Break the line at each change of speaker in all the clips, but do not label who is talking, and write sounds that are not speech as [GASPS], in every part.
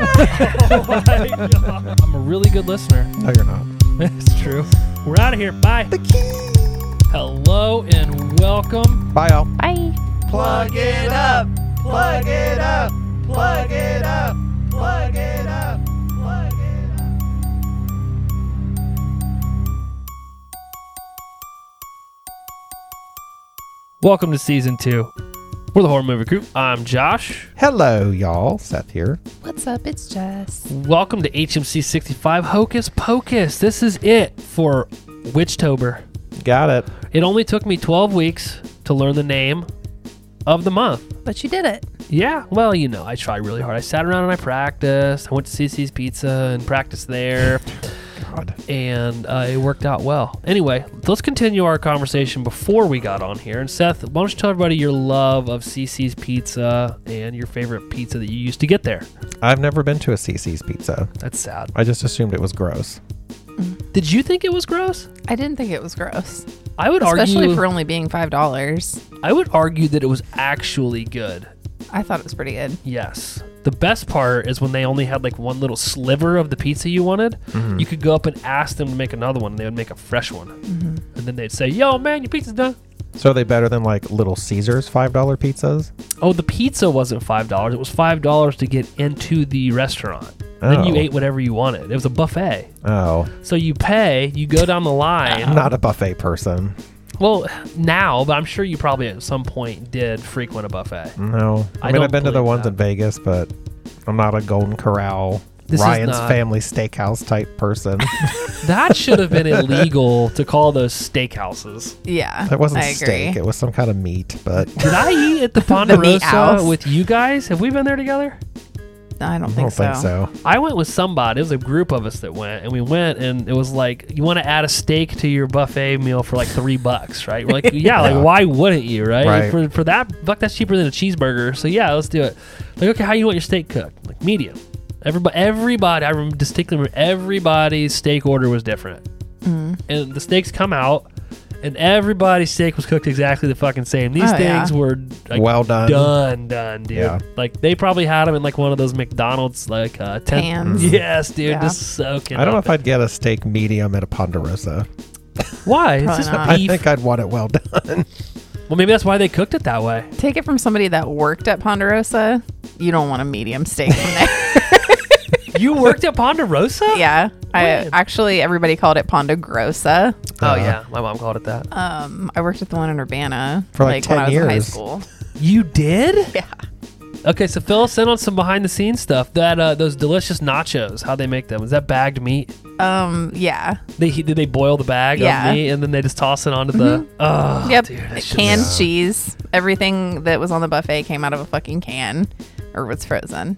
[LAUGHS] oh my God. I'm a really good listener.
[LAUGHS] No, you're not.
That's true. We're out of here. Bye. Hello and welcome.
Bye, y'all.
Bye.
Plug it up. Plug it up. Plug it up. Plug it up. Plug it up.
Welcome to season two. We're the horror movie group. I'm Josh.
Hello, y'all. Seth here.
What's up? It's Jess.
Welcome to HMC 65 Hocus Pocus. This is it for Witchtober.
Got it.
It only took me 12 weeks to learn the name of the month.
But you did it.
Yeah, well, you know, I tried really hard. I sat around and I practiced. I went to CC's Pizza and practiced there,
God.
and uh, it worked out well. Anyway, let's continue our conversation before we got on here. And Seth, why don't you tell everybody your love of CC's Pizza and your favorite pizza that you used to get there?
I've never been to a CC's Pizza.
That's sad.
I just assumed it was gross.
Did you think it was gross?
I didn't think it was gross,
I would
especially
argue.
for only being five dollars.
I would argue that it was actually good.
I thought it was pretty good.
Yes. The best part is when they only had like one little sliver of the pizza you wanted.
Mm-hmm.
You could go up and ask them to make another one, and they would make a fresh one. And then they'd say, Yo, man, your pizza's done.
So are they better than like Little Caesars $5 pizzas?
Oh, the pizza wasn't $5. It was $5 to get into the restaurant. Then you
Oh.
ate whatever you wanted. It was a buffet.
Oh,
So you pay, you go down the line.
I'm [LAUGHS] not a buffet person.
Well, now, but I'm sure you probably at some point did frequent a buffet.
No. I,
I
mean,
don't
I've been to the
believe
ones
that.
in Vegas, but I'm not a Golden Corral,
This is
Ryan's
not-
Family Steakhouse type person.
[LAUGHS] That should have been illegal to call those steakhouses.
Yeah,
That wasn't
I agree.
steak, it was some kind of meat, but
Did I eat at the Ponderosa
house.
with you guys? Have we been there together?
I don't
I don't
think so.
think so.
I went with somebody. It was a group of us that went, and we went, and it was like, you want to add a steak to your buffet meal for like three bucks, right? We're
[LAUGHS]
like, yeah,
Yeah.
like why wouldn't you, right?
Right.
For, for that buck, that's cheaper than a cheeseburger. So yeah, let's do it. Like, okay, how you want your steak cooked? Like medium. Everybody, everybody, I remember distinctly remember everybody's steak order was different,
Hmm.
and the steaks come out, and everybody's steak was cooked exactly the fucking same. These
Oh, yeah.
things were like,
well done.
done, done, dude.
Yeah.
Like they probably had them in like one of those McDonald's like uh, ten-
Pans.
Yes, dude,
Yeah.
just soaking.
I don't know
up.
if I'd get a steak medium at a Ponderosa.
why. It's
Probably
just
not.
I
beef.
think I'd want it well done.
well, maybe that's why they cooked it that [LAUGHS] way.
Take it from somebody that worked at Ponderosa. You don't want a medium steak from
[LAUGHS]
there.
You worked at Ponderosa?
yeah, I
When?
actually everybody called it Ponderosa.
Oh
Uh,
yeah, my mom called it that.
Um, I worked at the one in Urbana
For, like,
when I
10
was in high
years.
school.
you did?
Yeah.
Okay, so fill us in on some behind the scenes stuff. That uh, those delicious nachos, how they make them? Is that bagged meat?
Um, yeah.
They he- did they boil the bag
Yeah.
of meat and then they just toss it onto the? Oh,
Yep.
dude, that shit's-
Canned cheese. Everything that was on the buffet came out of a fucking can or was frozen.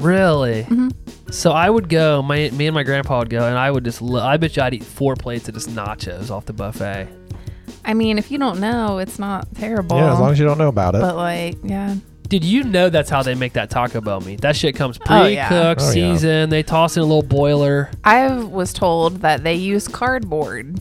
Really? So I would go. My me and my grandpa would go, and I would just. Lo- I bet you I'd eat four plates of just nachos off the buffet.
I mean, if you don't know, it's not terrible.
yeah, as long as you don't know about it.
but like, yeah.
Did you know that's how they make that Taco Bell meat? That shit comes pre-cooked,
Oh, yeah.
Oh, yeah.
seasoned. They toss in a little boiler.
I was told that they use cardboard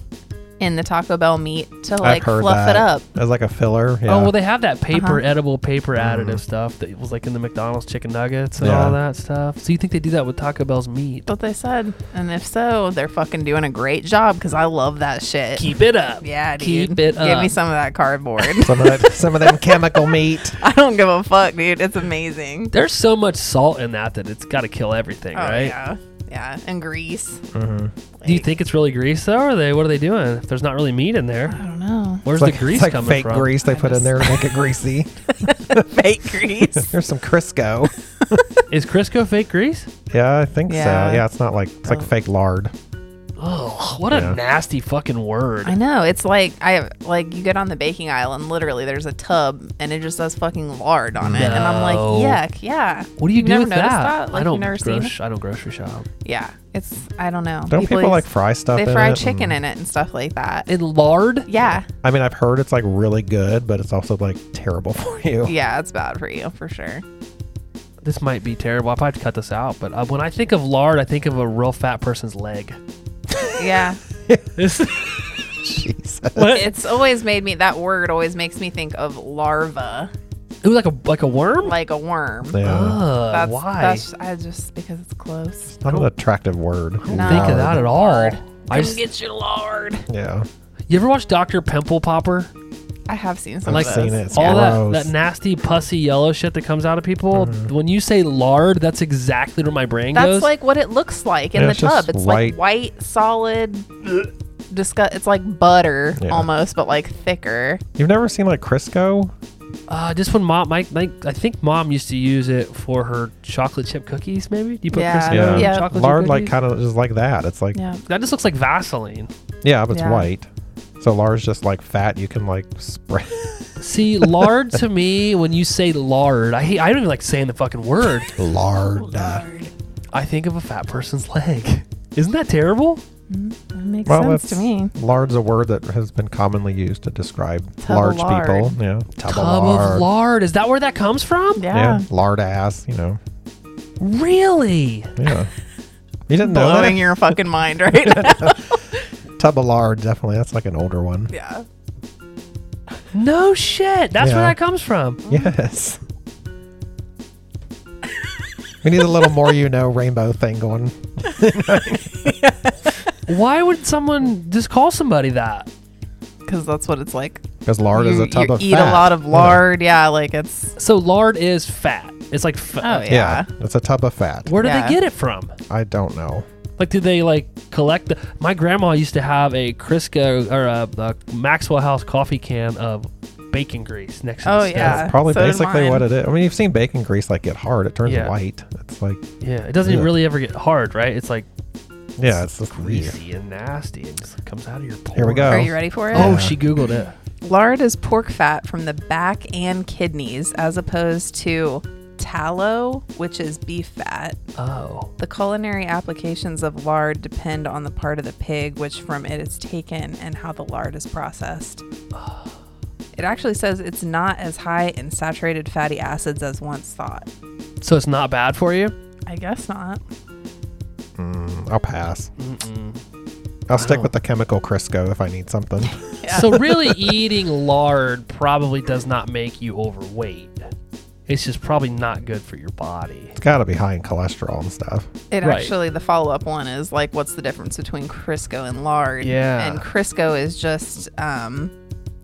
in the Taco Bell meat to like
I've heard
fluff
that
it up.
as like a filler. Yeah. Mm-hmm.
Oh well, they have that paper,
Uh-huh.
edible paper additive stuff that was like in the McDonald's chicken nuggets and
Yeah.
all that stuff. So you think they do that with Taco Bell's meat?
What they said. And if so, they're fucking doing a great job because I love that shit.
Keep it up.
yeah, dude.
keep it
Give
up.
me some of that cardboard.
[LAUGHS]
[LAUGHS]
some of that, some of them chemical meat.
I don't give a fuck, dude. It's amazing.
There's so much salt in that that it's got to kill everything,
Oh,
right? Mm-hmm.
yeah. Yeah. And grease.
Do you think it's really grease though? Or are they? What are they doing? If there's not really meat in there,
I don't
[LAUGHS]
know.
where's
It's like,
the grease
it's like
coming
fake
from?
grease they put in there to
[LAUGHS]
make it greasy.
Fake grease.
There's
[LAUGHS]
some Crisco.
Is Crisco fake grease?
Yeah, I think
Yeah.
so. Yeah, it's not like it's like
Oh.
fake lard.
Oh, Oh, what
Yeah.
a nasty fucking word.
I know. It's like I like you get on the baking aisle and literally there's a tub and it just says fucking lard on it, and I'm like,
No.
yuck, yeah.
What do you
You've
do
never
with that?
noticed that? Like,
I
you've
don't
never seen
grocery, I don't grocery shop.
Yeah, it's I don't know.
Don't people,
use-
like fry stuff?
they
in
fry
it
chicken in
and-
it and stuff like that.
In lard?
yeah,
I mean, I've heard it's like really good, but it's also like terrible [LAUGHS] for you.
[LAUGHS] yeah, it's bad for you for sure.
This might be terrible. I'll probably have to cut this out. But uh, when I think of lard, I think of a real fat person's
[LAUGHS]
leg.
Yeah,
This-
Jesus.
what? It
it's always made me that word always makes me think of larva,
was like a like a worm.
like a worm.
Yeah.
Ugh,
that's
why?
That's, I just because it's close.
Not an attractive word.
I don't think of that at all. I just,
Get your lard.
Yeah.
you ever watch Doctor Pimple Popper?
I have seen
I've
some
Like
of those.
seen it. It's
all that
gross. Mm-hmm.
that nasty pussy yellow shit that comes out of people. When you say lard, that's exactly where my brain
That's
goes.
like what it looks like in
Yeah,
the
it's just
tub. It's
white.
like white, solid. Disgust. It's like butter
Yeah.
almost, but like thicker.
You've never seen like Crisco?
uh, just when mom, my, my, I think mom used to use it for her chocolate chip cookies. Maybe you put
Yeah.
Crisco
Yeah.
in
Yeah.
chocolate chip
Lard like
cookies?
kind of just like that. It's like
Yeah.
That just looks like Vaseline.
yeah, but it's
Yeah.
white. So lard's just like fat. You can like
[LAUGHS]
spread.
See, lard to me, when you say lard, I hate, I don't even like saying the fucking word. [LAUGHS]
Lard.
I think of a fat person's leg. Isn't that terrible?
makes
Well,
sense
that's
to me.
Lard's a word that has been commonly used to describe
Tub
large
of lard.
people. Yeah. Tub,
Tub of lard. Is that where that comes from?
Yeah.
Yeah. Lard ass. You know.
Really?
[LAUGHS]
Yeah. You didn't know that?
Blowing your fucking mind
[LAUGHS]
right now.
Tub of lard, definitely. That's like an
[LAUGHS]
older one.
yeah.
No shit. That's where
Yeah.
that comes from.
[LAUGHS]
Yes. we need a little more, you know, rainbow thing going.
Why would someone just call somebody that?
Because that's what it's like.
Because lard is
You-
a tub
you
of
eat
fat.
a lot of
Yeah.
lard. Yeah. like it's.
So lard is fat. It's like
Oh
fat.
yeah.
Yeah. It's a tub of fat.
Where do
Yeah.
they get it from?
I don't know.
Like, did they like collect? The, my grandma used to have a Crisco or a, a Maxwell House coffee can of bacon grease next to the
Oh,
stove.
yeah.
That's probably
[LAUGHS] so did
basically
mine.
what it is. I mean, you've seen bacon grease like get hard. It turns
Yeah.
white. It's like,
Yeah, it doesn't
Yeah.
really ever get hard, right? It's like
yeah, it's just weird.
greasy and nasty and just comes out of your pores.
Here we go.
Are you ready for it?
Oh,
Yeah.
she Googled it.
Lard is pork fat from the back and kidneys, as opposed to tallow, which is beef fat.
Oh.
The culinary applications of lard depend on the part of the pig which from it is taken and how the lard is processed. It actually says it's not as high in saturated fatty acids as once thought.
So it's not bad for you?
I guess not.
I'll pass. I'll stick with the chemical Crisco if I
[LAUGHS]
need something.
So really eating lard probably does not make you overweight. It's just probably not good for your body.
it's got to be high in cholesterol and stuff.
It
Right.
actually, the follow up one is like, what's the difference between Crisco and lard?
Yeah.
And Crisco is just um,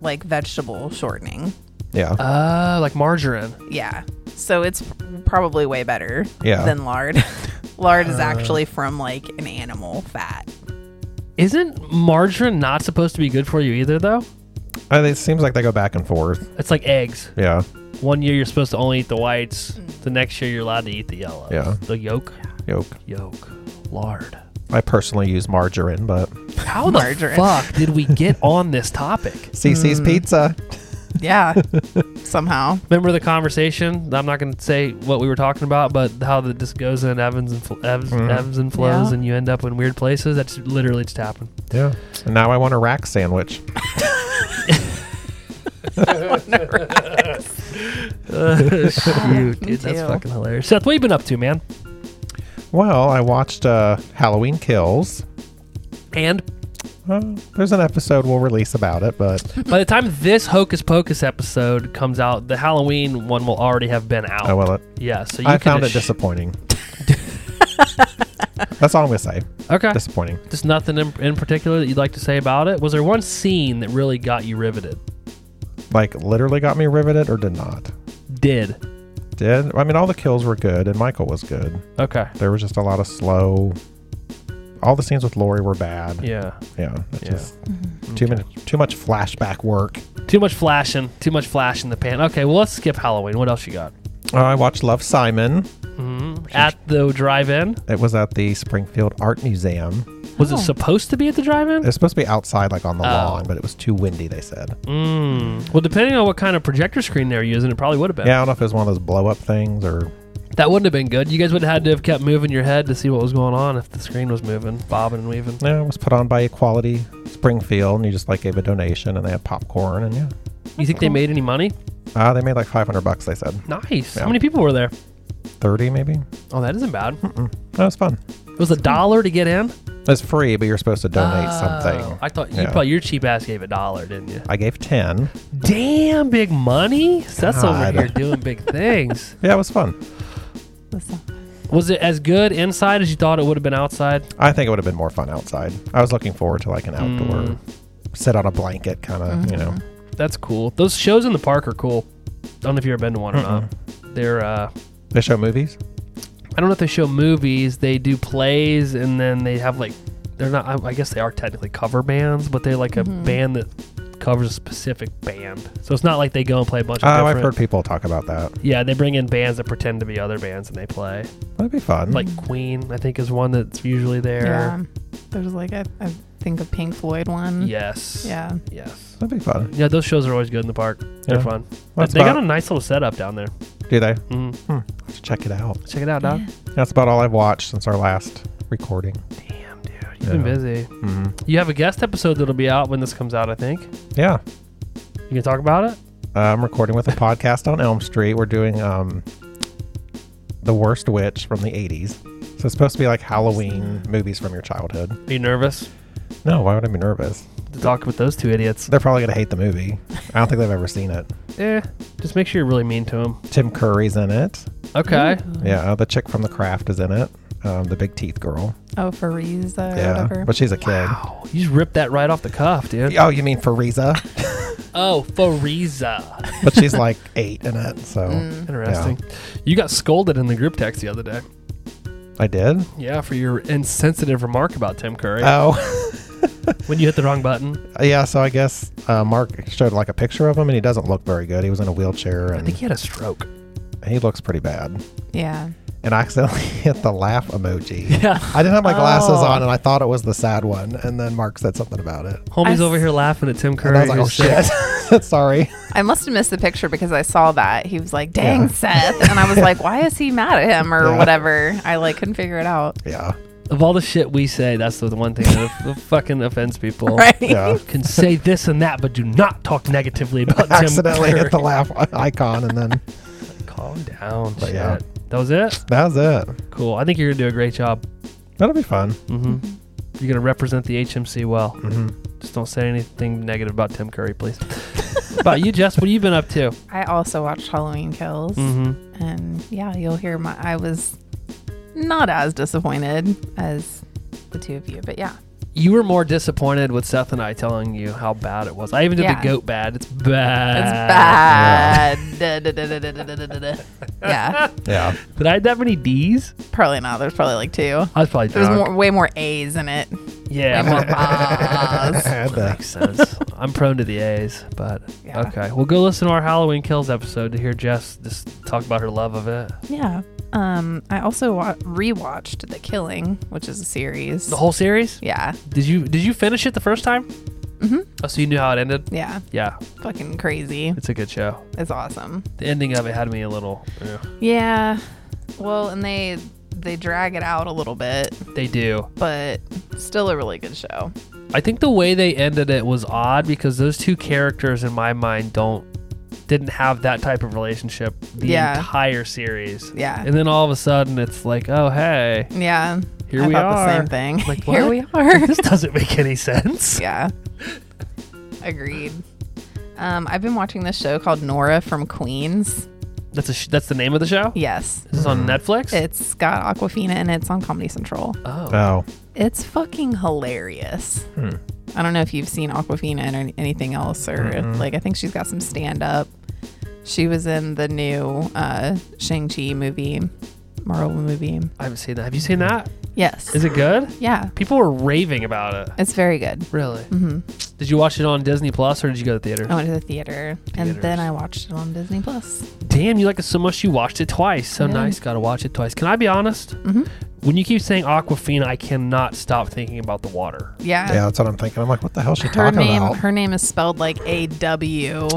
like vegetable shortening.
Yeah.
Oh.
Uh, like margarine.
Yeah. So it's probably way better
Yeah.
than lard. [LAUGHS] lard
Uh.
is actually from like an animal fat.
Isn't margarine not supposed to be good for you either though?
I mean, it seems like they go back and forth.
It's like eggs.
Yeah.
One year you're supposed to only eat the whites. The next year you're allowed to eat the yellow.
Yeah.
The yolk.
Yolk.
Yolk. Lard.
I personally use margarine, but
How
Margarine.
the fuck did we get on this topic?
Mm.
CC's Pizza.
Yeah. [LAUGHS] Somehow.
Remember the conversation? I'm not going to say what we were talking about, but how that just goes in ebbs and fl- ebbs,
Mm-hmm.
ebbs and flows,
Yeah.
and you end up in weird places. That's literally just happened.
Yeah. And now I want a rack sandwich.
[LAUGHS] Shoot, dude, that's
too.
fucking hilarious. Seth, what you been up to, man?
Well, I watched uh, Halloween Kills.
And
Uh, there's an episode we'll release about it, but
[LAUGHS] by the time this Hocus Pocus episode comes out, the Halloween one will already have been out.
I will. It.
Yeah, so you
I
could
found it
just- [LAUGHS]
disappointing. That's all I'm gonna say.
Okay, just,
Disappointing.
nothing in, in particular that you'd like to say about it. Was there one scene that really got you riveted?
Like literally got me riveted or did not.
Did
Did I mean all the kills were good and Michael was good.
okay,
There was just a lot of slow. All the scenes with Lori were bad.
yeah.
Yeah. it's
Yeah. Mm-hmm.
Just too much. Too much flashback work.
Too much flashing, too much flash in the pan. Okay, well let's skip Halloween. What else you got?
Uh, I watched Love Simon.
Mm, at the drive-in.
It was at the Springfield Art Museum.
Was
Oh.
it supposed to be at the drive-in?
It was supposed to be outside, like on the
Oh.
lawn, but it was too windy. They said.
Mm. Well, depending on what kind of projector screen they were using, it probably would have been.
Yeah, I don't know if it was one of those blow up things or
That wouldn't have been good. You guys would have had to have kept moving your head to see what was going on if the screen was moving, bobbing and weaving.
no. It was put on by Equality Springfield, and you just like gave a donation, and they had popcorn, and yeah,
You think they made any money?
uh, they made like 500 bucks. They said
Nice.
Yeah.
How many people were there?
30 maybe.
Oh, that isn't bad.
Mm. That was fun.
It was a dollar to get in.
It's free, but you're supposed to donate
Oh,
something.
I thought you
Yeah.
probably your cheap ass gave a dollar, didn't you?
I gave 10.
Damn, big money. Seth's over
God.
here doing big
[LAUGHS]
things.
Yeah, it was fun.
Listen.
Was it as good inside as you thought it would have been outside?
I think it would have been more fun outside. I was looking forward to like an outdoor
Mm.
sit on a blanket kind of, you know.
That's cool. Those shows in the park are cool. I don't know if you've ever been to one or not. They're uh,
They show movies.
I don't know if they show movies. They do plays, and then they have like they're not. I- I guess they are technically cover bands, but they're like a band that covers a specific band. So it's not like they go and play a bunch of.
Oh, I've
different,
heard people talk about that.
Yeah, they bring in bands that pretend to be other bands and they play.
That'd be fun.
Like Queen, I think, is one that's usually there.
Yeah. There's like a, I think a Pink Floyd
Mm-hmm.
one.
Yes.
Yeah.
Yes.
that'd be fun.
Yeah, those shows are always good in the park. They're
Yeah.
fun.
That's
they got a
about-
nice little setup down there.
Do they?
Mm.
Let's check it out.
Check it out, dog.
That's about all I've watched since our last recording.
Damn, dude, you've been
Yeah.
busy.
hmm
You have a guest episode that'll be out when this comes out, I think.
Yeah.
You can talk about it.
Uh, I'm recording with a podcast on Elm Street. We're doing um, The Worst Witch from the 80s. So it's supposed to be like Halloween movies from your childhood.
Are you nervous
No, why would I be nervous?
to talk with those two idiots?
They're probably going to hate the movie. I don't think they've ever seen it.
Eh, just make sure you're really mean to them.
Tim Curry's in it.
Mm-hmm. Okay.
Yeah, the chick from The Craft is in it. Um, the big teeth girl.
Oh, Fariza or
Yeah,
whatever.
but she's a kid.
Wow, Oh, you just ripped that right off the cuff, dude.
Oh, you mean Fariza?
Oh, Fariza.
but
[LAUGHS]
she's like eight in it. So
Mm. Interesting. You got scolded in the group text the other day.
I did.
Yeah, for your insensitive remark about Tim Curry
Oh, [LAUGHS]
when you hit the wrong button.
yeah. So I guess uh, Mark showed like a picture of him, and he doesn't look very good. He was in a wheelchair,
I
and
think he had a stroke.
he looks pretty bad.
yeah.
And I accidentally [LAUGHS] hit the laugh emoji.
Yeah.
I didn't have my glasses
Oh.
on, and I thought it was the sad one. And then Mark said something about it.
Homie's
I
over
s-
here laughing at Tim
And
Curry.
I was like, oh
who's sick.
shit, [LAUGHS] sorry.
I must have missed the picture because I saw that. He was like, dang,
Yeah.
Seth. And I was like, why is he mad at him or
Yeah.
whatever? I like couldn't figure it out.
Yeah,
Of all the shit we say, that's the one thing that [LAUGHS] that fucking offends people.
Right.
[LAUGHS] yeah.
Can say this and that, but do not talk negatively about Tim
accidentally
Curry.
hit the laugh icon, and then
[LAUGHS] Calm down.
But
shit.
yeah.
That was it?
that was it.
Cool. I think you're going to do a great job.
That'll be fun.
hmm
Mm-hmm.
You're going to represent the HMC well.
Mm-hmm.
Just don't say anything negative about Tim Curry, please. [LAUGHS] about you, Jess, what have you been up to?
[LAUGHS] I also watched Halloween Kills.
Mm-hmm.
And yeah, you'll hear my. I was not as disappointed as the two of you, but yeah.
You were more disappointed with Seth and I telling you how bad it was. I even did
Yeah.
the goat bad. It's bad.
It's bad. Da, da, da, da, da, da, da, da, da. yeah,
Yeah.
Did I have that many D's?
probably not. There's probably like two.
I was probably
There's
drunk.
more, way more A's in it.
Yeah.
Way more
well,
A's.
And, uh,
makes sense. I'm prone to the A's, but
Yeah.
okay. Well, go listen to our Halloween Kills episode to hear Jess just talk about her love of it.
Yeah. Um, I also wa- rewatched The Killing, which is a series.
The whole series?
yeah,
Did you did you finish it the first time?
Mhm.
Oh, so you knew how it ended?
yeah,
Yeah,
fucking crazy.
it's a good show.
It's awesome.
The ending of it had me a little. eh.
Yeah. Well, and they they drag it out a little bit,
They do.
but still a really good show.
I think the way they ended it was odd because those two characters in my mind don't didn't have that type of relationship the
Yeah.
entire series.
Yeah.
And then all of a sudden it's like, oh hey,
Yeah.
here
I
we
thought
are.
the same thing.
Like,
[LAUGHS] Here
what?
we
[LAUGHS]
are.
This doesn't make any sense.
[LAUGHS] yeah. Agreed. Um, I've been watching this show called Nora from Queens.
That's a sh- that's the name of the show.
Yes.
Is this on Netflix?
It's got Aquafina and it's on Comedy Central.
oh,
oh,
It's fucking hilarious.
Hmm.
I don't know if you've seen Aquafina and any- anything else, or like I think she's got some stand up. She was in the new uh, Shang Chi movie, Marvel movie.
I haven't seen that. Have you seen that?
Yes.
Is it good?
yeah,
People were raving about it.
it's very good.
Really?
hmm
Did you watch it on Disney Plus or did you go to the theater?
I went to the theater and
Theaters.
then I watched it on Disney Plus.
Damn, you like it so much you watched it twice. So
Yeah.
nice, gotta watch it twice. Can I be honest?
Mhm.
When you keep saying Aquafina, I cannot stop thinking about the water.
Yeah.
Yeah, that's what I'm thinking. I'm like, what the hell is she
Her
talking
name
about?
her name is spelled like A W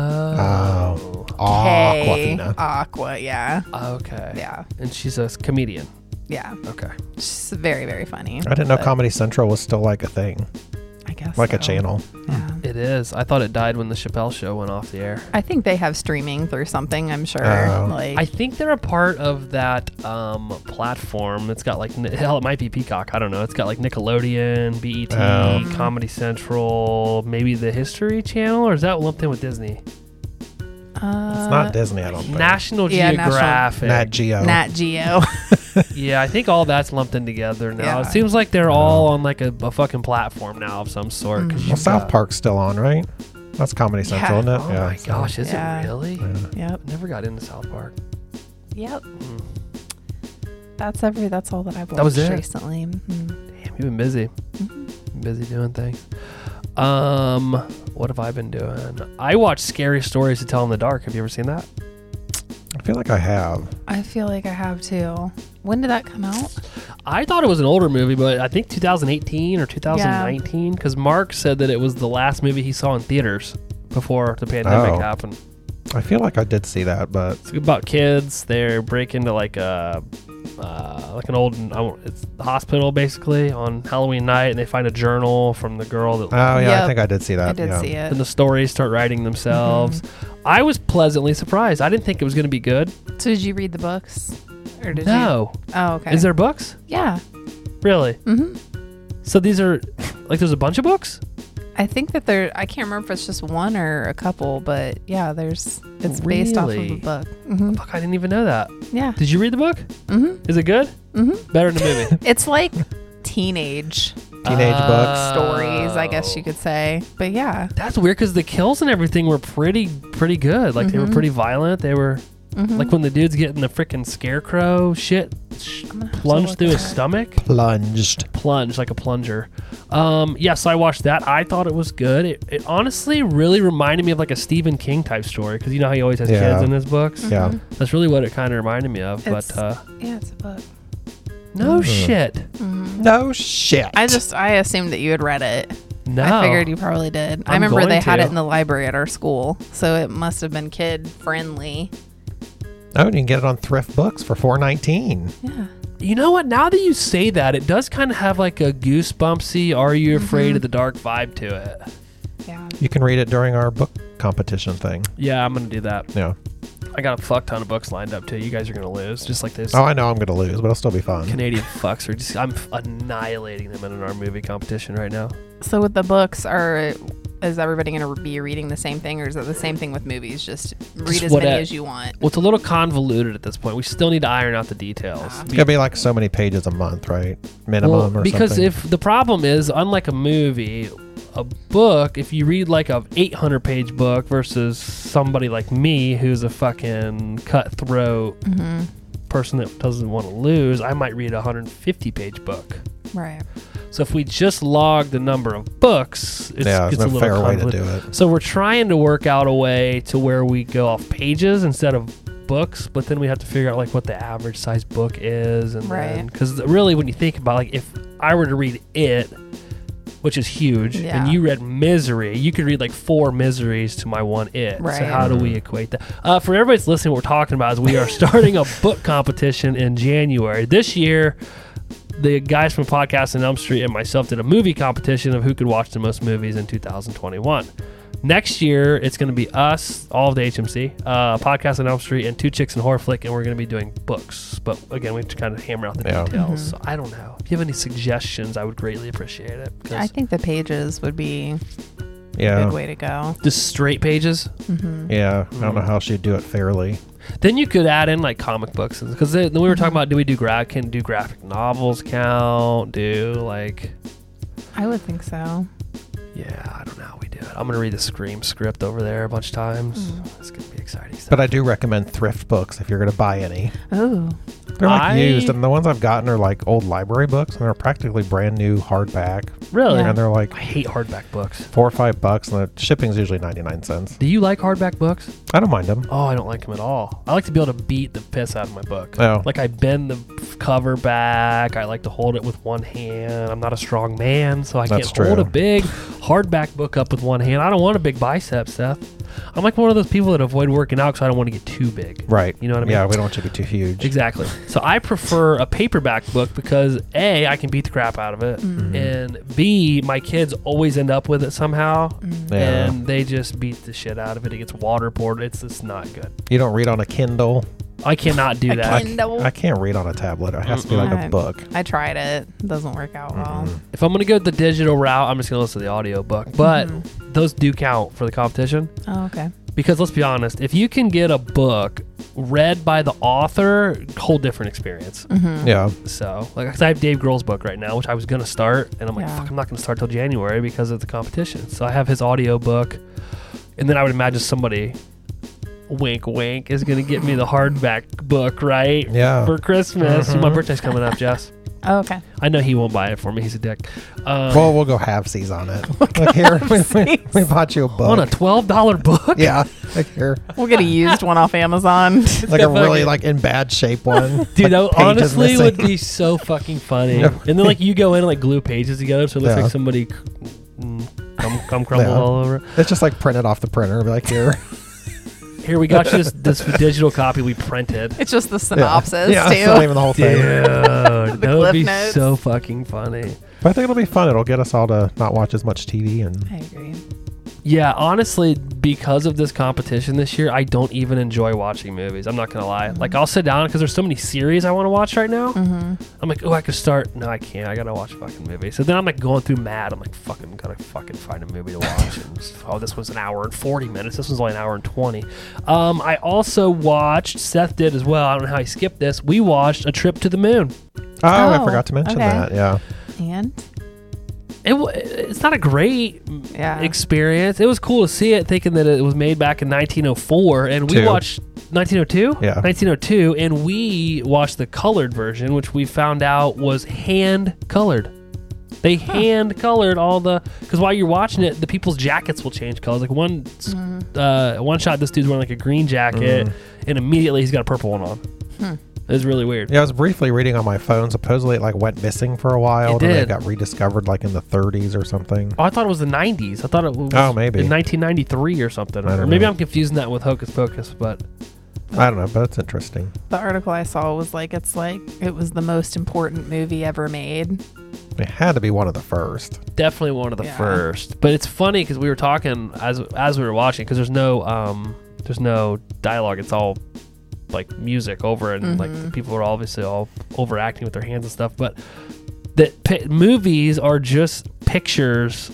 Uh,
Oh.
K
Aquafina.
Aqua, yeah.
okay.
Yeah.
And she's a comedian.
Yeah.
Okay.
She's very, very funny.
I didn't know
but
Comedy Central was still like a thing,
I guess
like a
so.
channel.
Yeah.
It is. I thought it died when the Chappelle show went off the air.
I think they have streaming through something, I'm sure.
Oh.
like
I think they're a part of that um, platform. It's got like Ni- hell, it might be Peacock. I don't know. It's got like Nickelodeon, BET,
Oh.
Comedy Central, maybe the History Channel, or is that lumped in with Disney?
uh,
It's not Disney, I don't think.
National
yeah, National-
Geographic.
Nat Geo.
Nat
[LAUGHS]
Geo.
yeah, I think all that's lumped in together now.
Yeah.
It seems like they're all on like a, a fucking platform now of some sort. 'cause
Mm-hmm. well,
you've
South
got-
Park's still on, right? That's Comedy Central,
Yeah.
isn't it?
Oh my
so-
gosh, is
Yeah.
it really?
yep.
Never got into South Park.
Yep.
Mm.
That's every that's all that I've watched
That was it?
recently. Mhm.
Damn, you've been busy. Mm-hmm. Busy doing things. Um, what have I been doing? I watch Scary Stories to Tell in the Dark. Have you ever seen that?
I feel like I have.
I feel like I have too. When did that come out?
I thought it was an older movie, but I think 2018 or 2019, because Mark said that it was the last movie he saw in theaters before the pandemic
Oh.
happened.
I feel like I did see that, but
It's about kids. They break into like a uh, like an old I won't- it's the hospital basically on Halloween night, and they find a journal from the girl that
oh yeah,
Yep.
I think I did see that.
I did
yeah.
see
and
it.
the stories start writing themselves.
Mm-hmm.
I was pleasantly surprised. I didn't think it was going to be good.
So did you read the books? Or did
no,
you Oh okay.
is there books?
Yeah.
Really?
hmm
So these are like there's a bunch of books.
I think that there I can't remember if it's just one or a couple, but yeah, there's it's based off of a
Really?
book. hmm
Fuck, I didn't even know that.
Yeah.
Did you read the book?
hmm
Is it good?
hmm
Better than the movie.
It's like teenage
[LAUGHS] Teenage
Uh,
books.
Uh, stories, I guess you
Oh.
could say. But yeah.
That's weird because the kills and everything were pretty pretty good. Like they were
Mhm.
pretty violent. They were
Mm-hmm.
like when the dude's getting the freaking scarecrow shit sh-
I'm gonna have to
plunged
look
through his
that up.
stomach.
Plunged.
plunge like a plunger um yes i watched that i thought it was good it, it honestly really reminded me of like a stephen king type story because you know how he always has
Yeah.
kids in his books
Mm-hmm,
Yeah.
that's really what it kind of reminded me of
It's- Mm.
but uh
Yeah, it's a book.
no
Mhm.
shit
No shit.
I just I assumed that you had read it.
no
I figured you probably did. i
Oh. I'm
remember
going
they had
to.
it in the library at our school, so it must have been kid friendly.
Oh, and you can get it on Thrift Books for four nineteen.
Yeah.
You know what now that you say that it does kind of have like a goosebumpsy are you
Mm-hmm.
afraid of the dark vibe to it
Yeah.
You can read it during our book competition thing.
yeah i'm gonna do that
Yeah.
i got a fuck ton of books lined up too you guys are gonna lose just like this
Oh, I know I'm gonna lose, but it'll still be fun.
canadian fucks are just i'm f- annihilating them in our movie competition right now
So with the books are is everybody going to be reading the same thing or is it the same thing with movies? Just read as
what
many
a-
as you want.
Well, it's a little convoluted at this point. We still need to iron out the details.
It's gonna be like so many pages a month, right? Minimum
Well,
or
because
something.
if the problem is, unlike a movie, a book, if you read like a 800 page book versus somebody like me who's a fucking cutthroat
Mm-hmm.
person that doesn't want to lose, I might read a 150 page book.
Right.
So if we just log the number of books, it's,
yeah,
it's a
there's no
little
fair way to
convoluted.
do it.
So we're trying to work out a way to where we go off pages instead of books, but then we have to figure out like what the average size book is, and
Right.
because really when you think about like if I were to read it, which is huge,
Yeah.
and you read Misery, you could read like four Miseries to my one it. So
Right.
how do we equate that? Uh, for everybody's listening, what we're talking about is we are starting
[LAUGHS]
a book competition in January this year the guys from Podcast in Elm Street and myself did a movie competition of who could watch the most movies in 2021. Next year, it's going to be us, all of the HMC, uh, Podcast in Elm Street, and Two Chicks and Horror Flick, and we're going to be doing books. But again, we have to kind of hammer out the
Yeah.
details. So I don't know. If you have any suggestions, I would greatly appreciate it. 'cause
I think the pages would be a
Yeah.
good way to go. Mm-hmm.
just straight pages.
Yeah. I don't know how she'd do it fairly.
Then you could add in like comic books because then we were talking about do we do gra- can do graphic novels count? Do like
I would think so.
yeah, I don't know how we do do it. I'm gonna read the Scream script over there a bunch of times. It's gonna be exciting stuff.
But I do recommend thrift books if you're going to buy any.
Oh,
They're like
I-
used, and the ones I've gotten are like old library books, and they're practically brand new hardback.
really,
And they're like
I hate hardback books.
four or five bucks, and the shipping's usually 99 cents.
Do you like hardback books?
I don't mind them.
Oh, I don't like them at all. I like to be able to beat the piss out of my book.
Oh.
Like I bend the f- cover back. I like to hold it with one hand. I'm not a strong man, so I
That's
can't hold
true.
a big hardback book up with one hand. I don't want a big bicep, Seth. I'm like one of those people that avoid working out because I don't want to get too big.
Right.
You know what I mean?
Yeah, we don't want you to be too huge.
Exactly. So I prefer a paperback book because A, I can beat the crap out of it,
Mm-hmm.
and B, my kids always end up with it somehow,
Yeah.
and they just beat the shit out of it. It gets water poured. It's it's not good.
You don't read on a Kindle.
I cannot do that.
Kindle.
I can't read on a tablet. It has to be like a
Mm-mm.
book.
I tried it. Doesn't work out well.
If I'm gonna go the digital route, I'm just gonna listen to the audio book. But those do count for the competition
Oh, okay.
because let's be honest, if you can get a book read by the author, whole different experience.
Mm-hmm.
Yeah.
So, like, 'cause I have Dave Grohl's book right now, which I was gonna start, and I'm like,
Yeah.
fuck, I'm not gonna start till January because of the competition. So I have his audio book, and then I would imagine somebody, wink, wink, is gonna get me the hardback book, right?
Yeah.
For Christmas, my birthday's coming up, Jess.
Oh, okay.
I know he won't buy it for me. He's a dick. Um,
Well, we'll go halfsies on it. like here, [LAUGHS] we, we, we bought you a book.
on a twelve dollar book. [LAUGHS]
yeah, like here,
We'll get a used one off Amazon.
like a
got
really
fucking-
like in bad shape one.
[LAUGHS] Dude,
like
that
[LAUGHS] pages
honestly would
missing.
be so fucking
[LAUGHS]
funny.
Yeah.
And then like you go in and like glue pages together, so it looks
Yeah.
like somebody c- mm, cum, cum crumbled
Yeah.
all over.
It's just like printed off the printer. Be
[LAUGHS]
like here,
Here we got you this,
[LAUGHS]
this digital copy we printed.
[LAUGHS] it's just the synopsis
yeah, it's not
too.
even the whole
[LAUGHS]
Dude,
thing.
that would
cliff
be
notes.
so fucking funny.
But I think it'll be fun. It'll get us all to not watch as much TV and
I agree.
Yeah, honestly, because of this competition this year, I don't even enjoy watching movies. I'm not gonna lie. Like I'll sit down because there's so many series I want to watch right now. I'm like, oh, I could start. No, I can't. I gotta watch a fucking movie. So then I'm like going through mad. I'm like, fucking gotta fucking find a movie to watch. and just, oh, this was an hour and 40 minutes. This was only an hour and 20. Um, I also watched. Seth did as well. I don't know how he skipped this. We watched A Trip to the Moon.
oh, I
Oh,
forgot to mention
okay.
that. Yeah,
And
It, wa- it's not a great
yeah,
experience. It was cool to see it, thinking that it was made back in 1904, and we
Two.
watched 1902.
Yeah.
1902, and we watched the colored version, which we found out was hand colored. They hand colored all the because while you're watching it, the people's jackets will change colors. Like one s- uh, one shot, this dude's wearing like a green jacket,
Mm.
and immediately he's got a purple one on. It was really weird.
yeah. I was briefly reading on my phone. Supposedly, it like went missing for a while.
It
and then
did.
it got rediscovered like in the 30s or something.
Oh, I thought it was the 90s. I thought it was
Oh, maybe.
in 1993 or something.
I don't
Or maybe
know.
I'm confusing that with Hocus Pocus, but
I don't know, but it's interesting.
the article I saw was like it's like it was the most important movie ever made.
It had to be one of the first.
definitely one of the
Yeah.
first. But it's funny because we were talking as as we were watching because there's no um there's no dialogue. It's all like music over and like
Mm-hmm.
the people are obviously all overacting with their hands and stuff. But that pi- movies are just pictures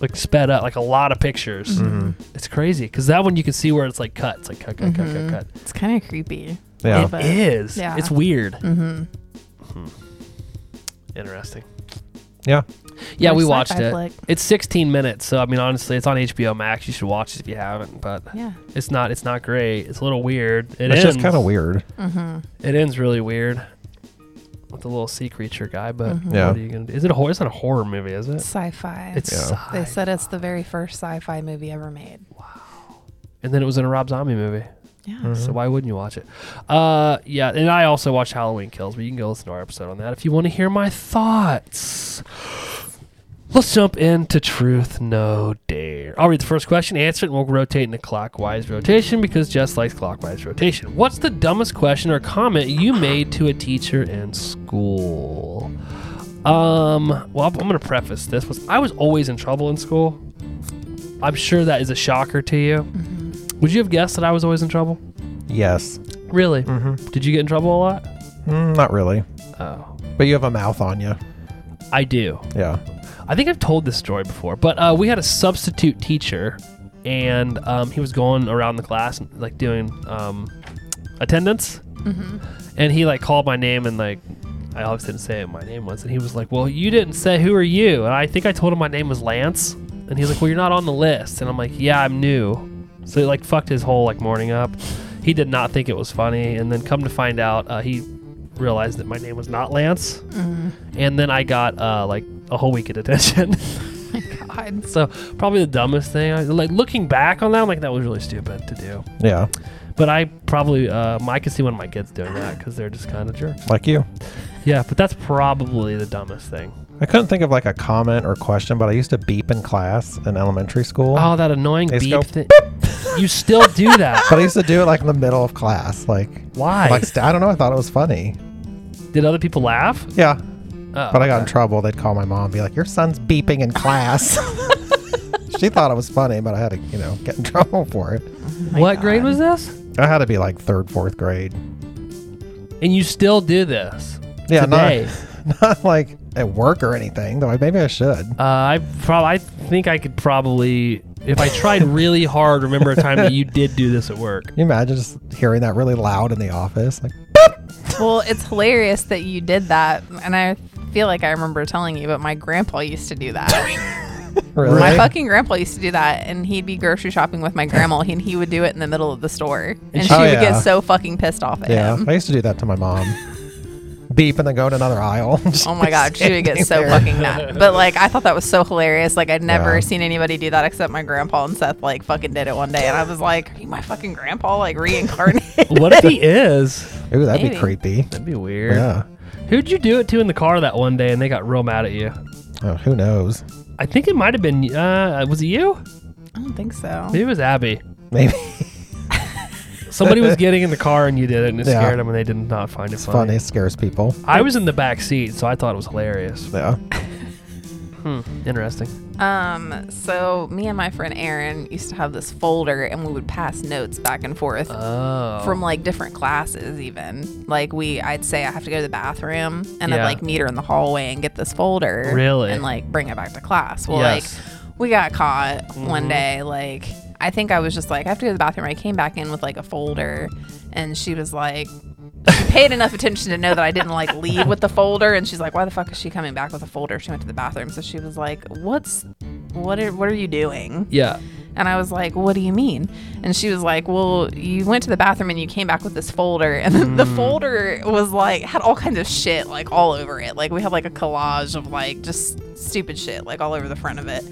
like sped up, like a lot of
Mm-hmm.
pictures.
Mm-hmm.
It's crazy because that one you can see where it's like cut, it's like cut, cut, cut, cut, cut.
It's kind of creepy.
Yeah.
But-
It is.
Mm-hmm. yeah.
It's weird.
Mm-hmm.
Interesting.
Yeah.
Yeah,
Or
we
sci-fi
watched it.
flick.
It's 16 minutes, so I mean, honestly, it's on HBO Max. You should watch it if you haven't. But
Yeah.
it's not. It's not great. It's a little weird. It ends
it's just kind of weird.
Mm-hmm.
It ends really weird with the little sea creature guy. But
Mm-hmm.
Yeah.
what are you gonna do? Is it a horror? It's not a horror movie, is it?
Sci-fi.
It's.
Yeah.
they
sci-
said it's the very first sci-fi movie ever made.
and then it was in a Rob Zombie movie.
Yeah.
So why wouldn't you watch it? Uh, yeah, and I also watch Halloween Kills, but you can go listen to our episode on that if you want to hear my thoughts. [GASPS] Let's jump into Truth No Dare. I'll read the first question, answer it, and we'll rotate in the clockwise rotation because Jess likes clockwise rotation. What's the dumbest question or comment you made to a teacher in school? Um, well, I'm going to preface this with I was always in trouble in school. I'm sure that is a shocker to you. Would you have guessed that I was always in trouble?
Yes.
Really? Mm-hmm. Did you get in trouble a lot?
Mm, not really.
Oh,
But you have a mouth on you.
I do.
Yeah.
I think I've told this story before, but uh, we had a substitute teacher, and um, he was going around the class and like doing um, attendance, and he like called my name and like. I obviously didn't say what my name was, and he was like, "Well, you didn't say who are you?" And I think I told him my name was Lance, And he's like, well, you're not on the list. And I'm like, yeah, I'm new. So it like fucked his whole like morning up. He did not think it was funny. And then come to find out, uh, he realized that my name was not Lance. And then I got uh, like a whole week of detention. [LAUGHS]
God.
so probably the dumbest thing. I, like looking back on that, I'm like, that was really stupid to do.
Yeah,
But I probably, uh, I could see one of my kids doing that because they're just kind of jerks.
like you.
Yeah, but that's probably the dumbest thing.
I couldn't think of like a comment or question, but I used to beep in class in elementary school.
Oh, that annoying
They just
beep
go
thing. [LAUGHS] You still do
[LAUGHS]
that.
But I used to do it like in the middle of class. Like,
Why?
like st- I don't know. I thought it was funny.
Did other people laugh?
Yeah.
Oh,
But I got in trouble. They'd call my mom and be like, Your son's beeping in class. [LAUGHS] she thought it was funny, but I had to, you know, get in [LAUGHS] trouble for it.
what grade was this?
I had to be like third, fourth grade. [LAUGHS]
And you still do this?
Yeah,
today.
not not like at work or anything, though maybe I should.
Uh, I prob- I think I could probably, if I tried really hard, remember a time that you did do this at work.
[LAUGHS] Can you imagine just hearing that really loud in the office? Like
Well, it's hilarious that you did that, and I feel like I remember telling you, but my grandpa used to do
[LAUGHS]
that.
really?
My fucking grandpa used to do that, and he'd be grocery shopping with my grandma, and he would do it in the middle of the store, and she
Oh,
would
yeah.
get so fucking pissed off at
yeah.
him.
I used to do that to my mom.
[LAUGHS]
Beep and then go to another aisle. [LAUGHS]
Oh my god, she would get so fucking mad. But like, I thought that was so hilarious. Like, I'd never
Yeah.
seen anybody do that except my grandpa and Seth. Like, fucking did it one day, and I was like, "Are you my fucking grandpa? Like [LAUGHS] reincarnated?"
What if he is?
Ooh, that'd be
Maybe.
creepy.
That'd be weird.
Yeah.
Who'd you do it to in the car that one day and they got real mad at you?
Oh, who knows?
I think it might have been, uh, was it you?
I don't think so.
Maybe it was Abby.
Maybe
Somebody
[LAUGHS]
was getting in the car and you did it and it
Yeah.
scared them and they did not find it
it's funny. It scares people.
I was in the back seat, so I thought it was hilarious.
Yeah.
Interesting.
Um, so me and my friend Aaron used to have this folder and we would pass notes back and forth
Oh.
from like different classes even. Like we I'd say I have to go to the bathroom and I'd
Yeah.
like meet her in the hallway and get this folder.
Really?
And like bring it back to class. Well
Yes. Mm-hmm.
like we got caught one day, like I think I was just like, I have to go to the bathroom. I came back in with like a folder and she was like she paid enough attention to know that I didn't like leave with the folder and she's like, Why the fuck is she coming back with a folder? She went to the bathroom. So she was like, What's what are what are you doing?
yeah.
And I was like, What do you mean? And she was like, Well, you went to the bathroom and you came back with this folder. And then
Mm.
the folder was like, had all kinds of shit like all over it. Like we had like a collage of like just stupid shit like all over the front of it.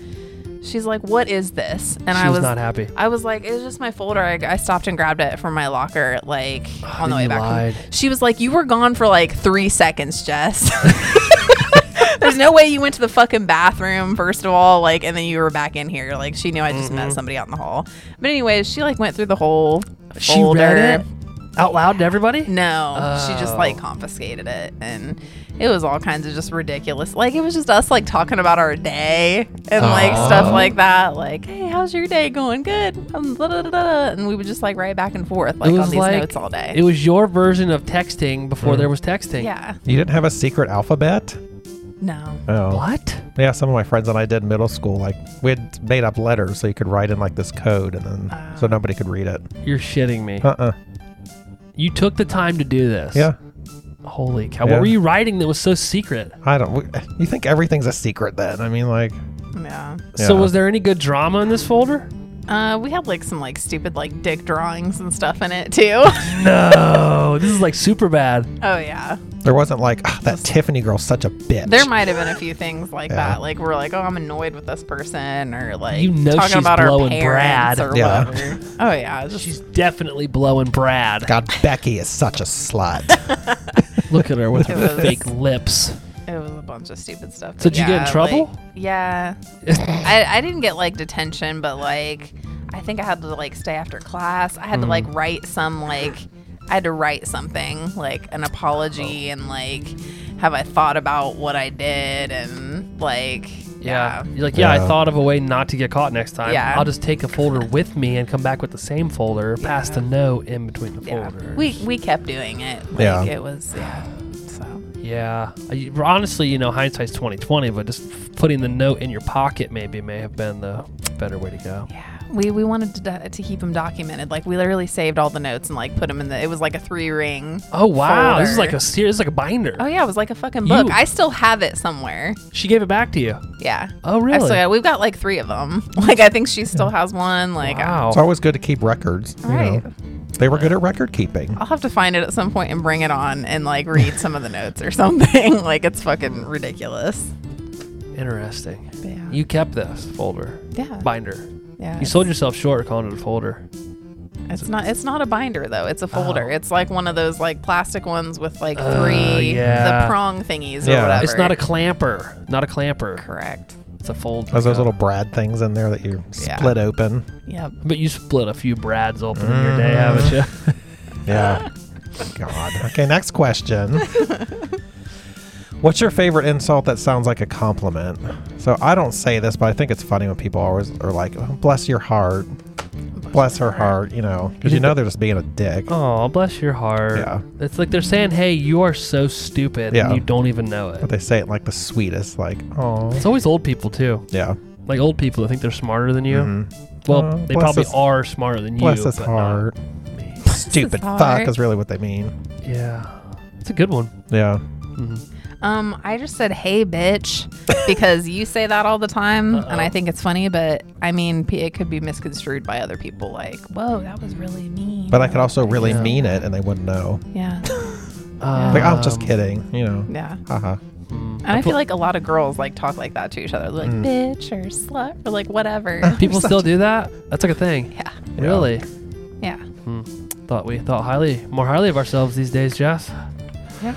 She's like, What is this? And
she
I
was,
was
not happy.
I was like, it was just my folder. I, I stopped and grabbed it from my locker, like on the
Oh, then
way
you
back. home.
lied.
She was like, "You were gone for like three seconds, Jess. [LAUGHS] There's no way you went to the fucking bathroom first of all, like, and then you were back in here. Like, she knew I just met somebody out in the hall. But anyways, she like went through the whole
She
folder.
read it out loud to everybody?
No, she just like
Oh.
confiscated it, and it was all kinds of just ridiculous. Like it was just us like talking about our day and like stuff like that. Like, hey, how's your day going? Good. Um, blah, blah, blah, blah. And we would just like write back and forth like on these notes all day.
It was your version of texting before
Mm.
there was texting.
yeah.
You didn't have a secret alphabet?
No.
Oh.
What?
Yeah, some of my friends and I did in middle school. Like we had made up letters so you could write in like this code, and then
Oh.
so nobody could read it.
You're shitting me.
Uh uh
You took the time to do this.
Yeah,
Holy cow.
Yeah.
What were you writing that was so secret?
I don't. We, you think everything's a secret then? I mean, like,
Yeah.
So
Yeah.
was there any good drama in this folder?
Uh, we had like some like stupid like dick drawings and stuff in it too. [LAUGHS]
No. this is like super bad.
oh yeah.
there wasn't like "Ah, that Tiffany girl's such a bitch.
There might have been a few things like
Yeah.
that. Like we're like, oh, I'm annoyed with this person, or like
You know
talking
she's
about our
blowing
parents
Brad.
or
Yeah.
whatever. Oh yeah, it's
[LAUGHS]
just
She's definitely blowing Brad.
God, Becky is such
[LAUGHS]
a slut.
Look at her with
It
her
was-
fake [LAUGHS] lips.
It was a bunch of stupid stuff.
So
but
did you get in
yeah,
trouble?
like- yeah, I, I didn't get like detention, but like I think I had to like stay after class. I had to like write some like I had to write something like an apology and like have I thought about what I did and like
Yeah.
yeah.
You're like, yeah,
Yeah.
I thought of a way not to get caught next time.
Yeah.
I'll just take a folder with me and come back with the same folder, pass the note in between the
yeah.
folders.
We we kept doing it. Like,
Yeah.
it was yeah. So
yeah. I- honestly, you know, hindsight's 2020, but just f- putting the note in your pocket maybe may have been the better way to go.
yeah. We we wanted to, do- to keep them documented. Like we literally saved all the notes and like put them in the. It was like a three ring.
Oh wow, this is like
folder.
a ser- this is like a binder.
Oh yeah, it was like a fucking
You-
book. I still have it somewhere.
She gave it back to you.
Yeah.
Oh
I still
really?
got, we've got like three of them. [LAUGHS] Like I think she still has one. Like I-
wow.
It's always good to keep records. You
Right. Oh,
know. They were good at record keeping.
I'll have to find it at some point and bring it on and like read some of the notes or [LAUGHS] something. like it's fucking ridiculous.
Interesting.
But yeah.
You kept this folder
yeah.
binder.
yeah.
You sold yourself short calling it a folder.
It's not it's not a binder though. It's a folder. It's like one of those like plastic ones with like
Oh,
three
yeah.
the prong thingies
Yeah.
or whatever.
It's not a clamper. Not a clamper.
correct.
It's a folder.
There's those little Brad things in there that you
Yeah.
split open.
Yep.
But you split a few brads open in your
Mm.
day, haven't you?
[LAUGHS] Yeah. God. Okay, next question. What's your favorite insult that sounds like a compliment? So I don't say this, but I think it's funny when people always are like, oh, bless your heart. Bless her heart, you know, because you know they're just being a dick.
Oh, bless your heart.
Yeah.
It's like they're saying, "Hey, you are so stupid,
Yeah.
and you don't even know it."
But they say it like the sweetest, like, oh.
It's always old people too.
Yeah.
Like old people that think they're smarter than you.
Mhm.
Well,
Oh,
they
bless
probably
his-
are smarter than
Bless
you.
his
but not
heart.
me.
[LAUGHS] Stupid fuck
heart.
is really what they mean.
Yeah, it's a good one.
Yeah.
Um, I just said hey bitch because you say that all the time and I think it's funny, but I mean p- it could be misconstrued by other people like, Whoa, that was really mean.
But I could also really mean it and they wouldn't know.
Yeah.
Um,
Like, I'm just kidding, you know.
Yeah.
Haha.
And I feel like a lot of girls like talk like that to each other,
Mm.
like bitch or slut or like whatever.
People still do that. That's like a thing. Yeah. Really?
yeah.
Thought we thought highly, more highly of ourselves these days, Jeff.
Yeah.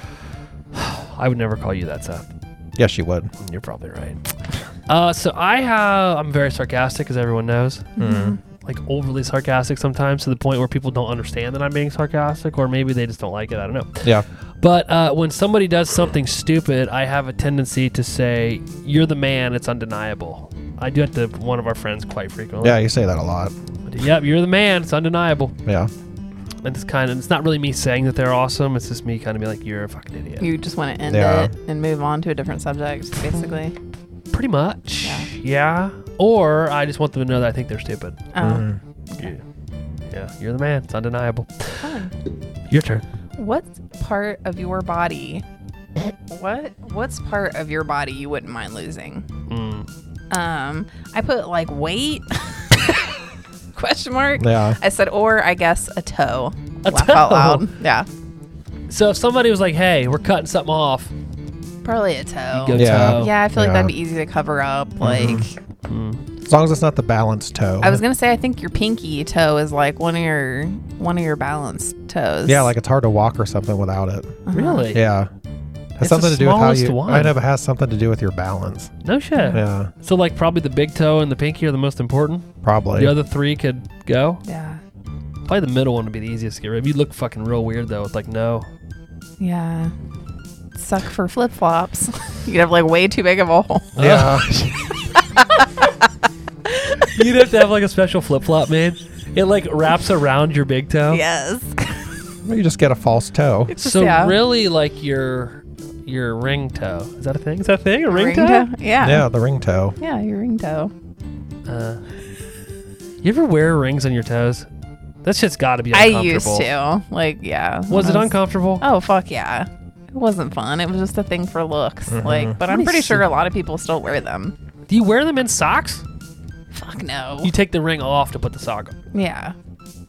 [SIGHS] I would never call you that, Seth.
Yes, you would.
You're probably right. Uh, so I have. I'm very sarcastic, as everyone knows.
Mm-hmm.
Like overly sarcastic sometimes, to the point where people don't understand that I'm being sarcastic, or maybe they just don't like it. I don't know.
Yeah.
But uh, when somebody does something stupid, I have a tendency to say, "You're the man. It's undeniable." I do it to one of our friends quite frequently.
Yeah, you say that a lot.
Yep, you're the man. It's undeniable.
Yeah.
And it's kind of. It's not really me saying that they're awesome. It's just me kind of being like, "You're a fucking idiot."
You just want to end
Yeah.
it and move on to a different subject, basically.
Pretty much. Yeah. Or I just want them to know that I think they're stupid.
Oh.
Mm-hmm.
Yeah. Yeah, you're the man. It's undeniable. Your turn.
What part of your body? What what's part of your body you wouldn't mind losing?
Mm.
Um, I put like weight [LAUGHS] question mark.
Yeah.
I said or I guess a toe.
A
Laugh out
toe.
loud. Yeah,
So if somebody was like, "Hey, we're cutting something off,"
probably a toe.
go
Yeah. Uh-huh.
toe. Mm.
Yeah, I feel like
Yeah.
that'd be easy to cover up. Like
As long as it's not the balanced toe.
I was gonna say, I think your pinky toe is like one of your one of your balanced toes.
yeah, like it's hard to walk or something without it.
Really?
Yeah. Has
It's the
something to do with how
smallest
you.
one.
I know, but it has something to do with your balance.
No shit.
Yeah,
So like probably the big toe and the pinky are the most important.
probably.
The other three could go.
yeah,
Probably the middle one would be the easiest to get rid of. You look fucking real weird though. It's like no. [LAUGHS]
yeah. Suck for flip flops. [LAUGHS] You'd have like way too big of a hole.
[LAUGHS]
yeah, [LAUGHS]
You'd have to have like a special flip flop, man. It like wraps around your big toe.
Yes. [LAUGHS]
Well, you just get a false toe.
Oh. So
Yeah.
really, like your your ring toe. Is that a thing? Is that a thing? A ring,
Ring
toe?
toe? Yeah. yeah.
Yeah, the ring toe.
your ring toe.
Uh, you ever wear rings on your toes? That shit's got to be
I
uncomfortable.
used to. Like, yeah. when
Was
I
it uncomfortable?
Oh, fuck yeah. It wasn't fun. It was just a thing for looks.
Mm-hmm.
Like, but I'm pretty sure a lot of people still wear them.
Do you wear them in socks?
Fuck no.
You take the ring off to put the sock on.
Yeah.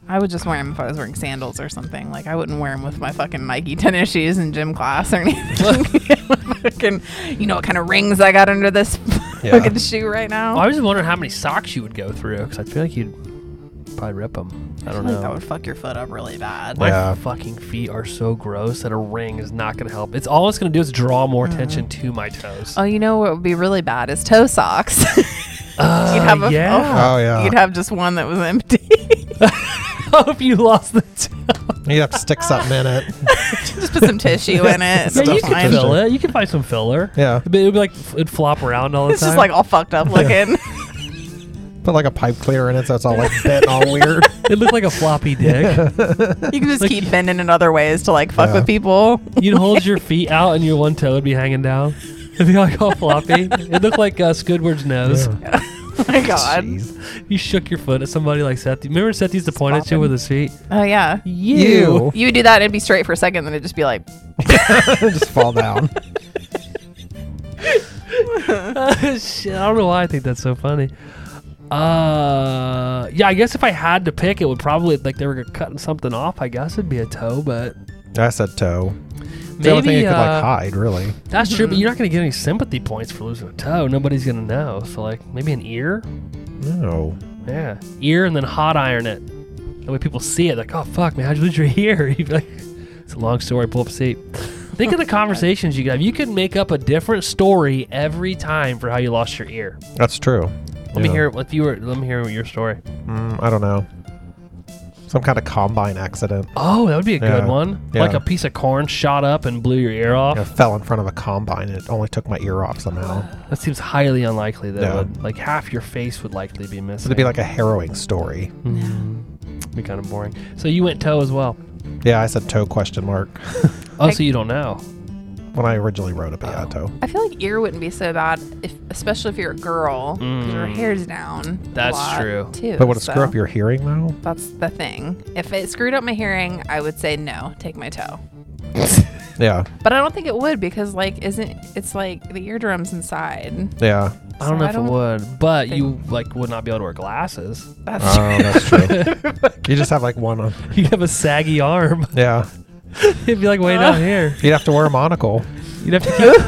I would just wear them if I was wearing sandals or something. Like I wouldn't wear them with my fucking Nike tennis shoes in gym class or [LAUGHS] anything. [LAUGHS] fucking, you know what kind of rings I got under this [LAUGHS]
Yeah.
fucking shoe right now?
I was just wondering how many socks you would go through because I feel like you'd probably rip them. I don't
like
know.
that would fuck your foot up really bad.
My
Yeah.
fucking feet are so gross that a ring is not going to help. It's all it's going to do is draw more
Uh-huh.
attention to my toes.
Oh, you know what would be really bad is toe socks. [LAUGHS] Uh, you'd have a,
Uh, yeah. [LAUGHS]
Oh yeah,
You'd
you'd
have just one that was empty. [LAUGHS]
Oh, if you lost the toe.
have, to stick something in it. [LAUGHS]
just put some tissue
[LAUGHS]
in it.
Yeah,
It's
you
Stuff
can
fine.
under.
fill it. You can find some filler.
Yeah,
But it would be like it'd flop around all the
It's
time.
just like all fucked up
[LAUGHS]
looking.
put like a pipe cleaner in it, so it's all like bent, and all weird. [LAUGHS]
it looked like a floppy dick.
you can just
Like-
keep bending in other ways to like fuck
Yeah.
with people. [LAUGHS]
You'd hold your feet out and your one toe would be hanging down. It'd be like all floppy. It looked like uh, Squidward's nose.
Oh my god.
Jeez.
You shook your foot at somebody like Seth. Remember Seth used to point at you with his feet?
Oh yeah.
You
You would do that and it'd be straight for a second, then it'd just be like,
just fall down.
[LAUGHS] Shit, I don't know why I think that's so funny. Uh, yeah, I guess if I had to pick, it would probably like they were cutting something off. I guess it'd be a toe, but
That's a toe. It's the only thing
maybe
you could
uh,
like hide, really.
that's true. But you're not gonna get any sympathy points for losing a toe. Nobody's gonna know. So like maybe an ear,
No.
yeah, ear, and then hot iron it. That way people see it. Like, oh fuck, man, how'd you lose your ear? [LAUGHS] You'd be like, it's a long story. Pull up a seat. Think of [LAUGHS] the conversations you could have. You could make up a different story every time for how you lost your ear.
That's true.
Let me hear if you were. Let me hear your story.
Mm, I don't know. Some kind of combine accident.
Oh, that would be a
Yeah.
good one.
Yeah.
Like a piece of corn shot up and blew your ear off.
I fell in front of a combine and it only took my ear off somehow.
That seems highly unlikely. That
Yeah.
would, like half your face would likely be missing.
It'd be like a harrowing story.
Mm-hmm. be kind of boring. So you went toe as well.
Yeah, I said toe question mark
Oh, so you don't know.
when I originally wrote it, but
Oh.
yeah, toe.
I feel like ear wouldn't be so bad, if especially if you're a girl. 'cause Your
Mm.
hair's down. a
That's
lot,
true.
Too.
But would it
so
screw up your hearing though?
That's the thing. If it screwed up my hearing, I would say no, take my toe.
Yeah,
But I don't think it would because like isn't it's like the eardrums inside.
yeah.
I don't
So
know
I
if
don't
it would, but
think-
you like would not be able to wear glasses. [LAUGHS]
That's
Oh, that's true. you just have like one. On.
You'd have a saggy arm.
Yeah,
It'd be like way [LAUGHS] down here.
you'd have to wear a monocle.
You'd have to keep. [LAUGHS]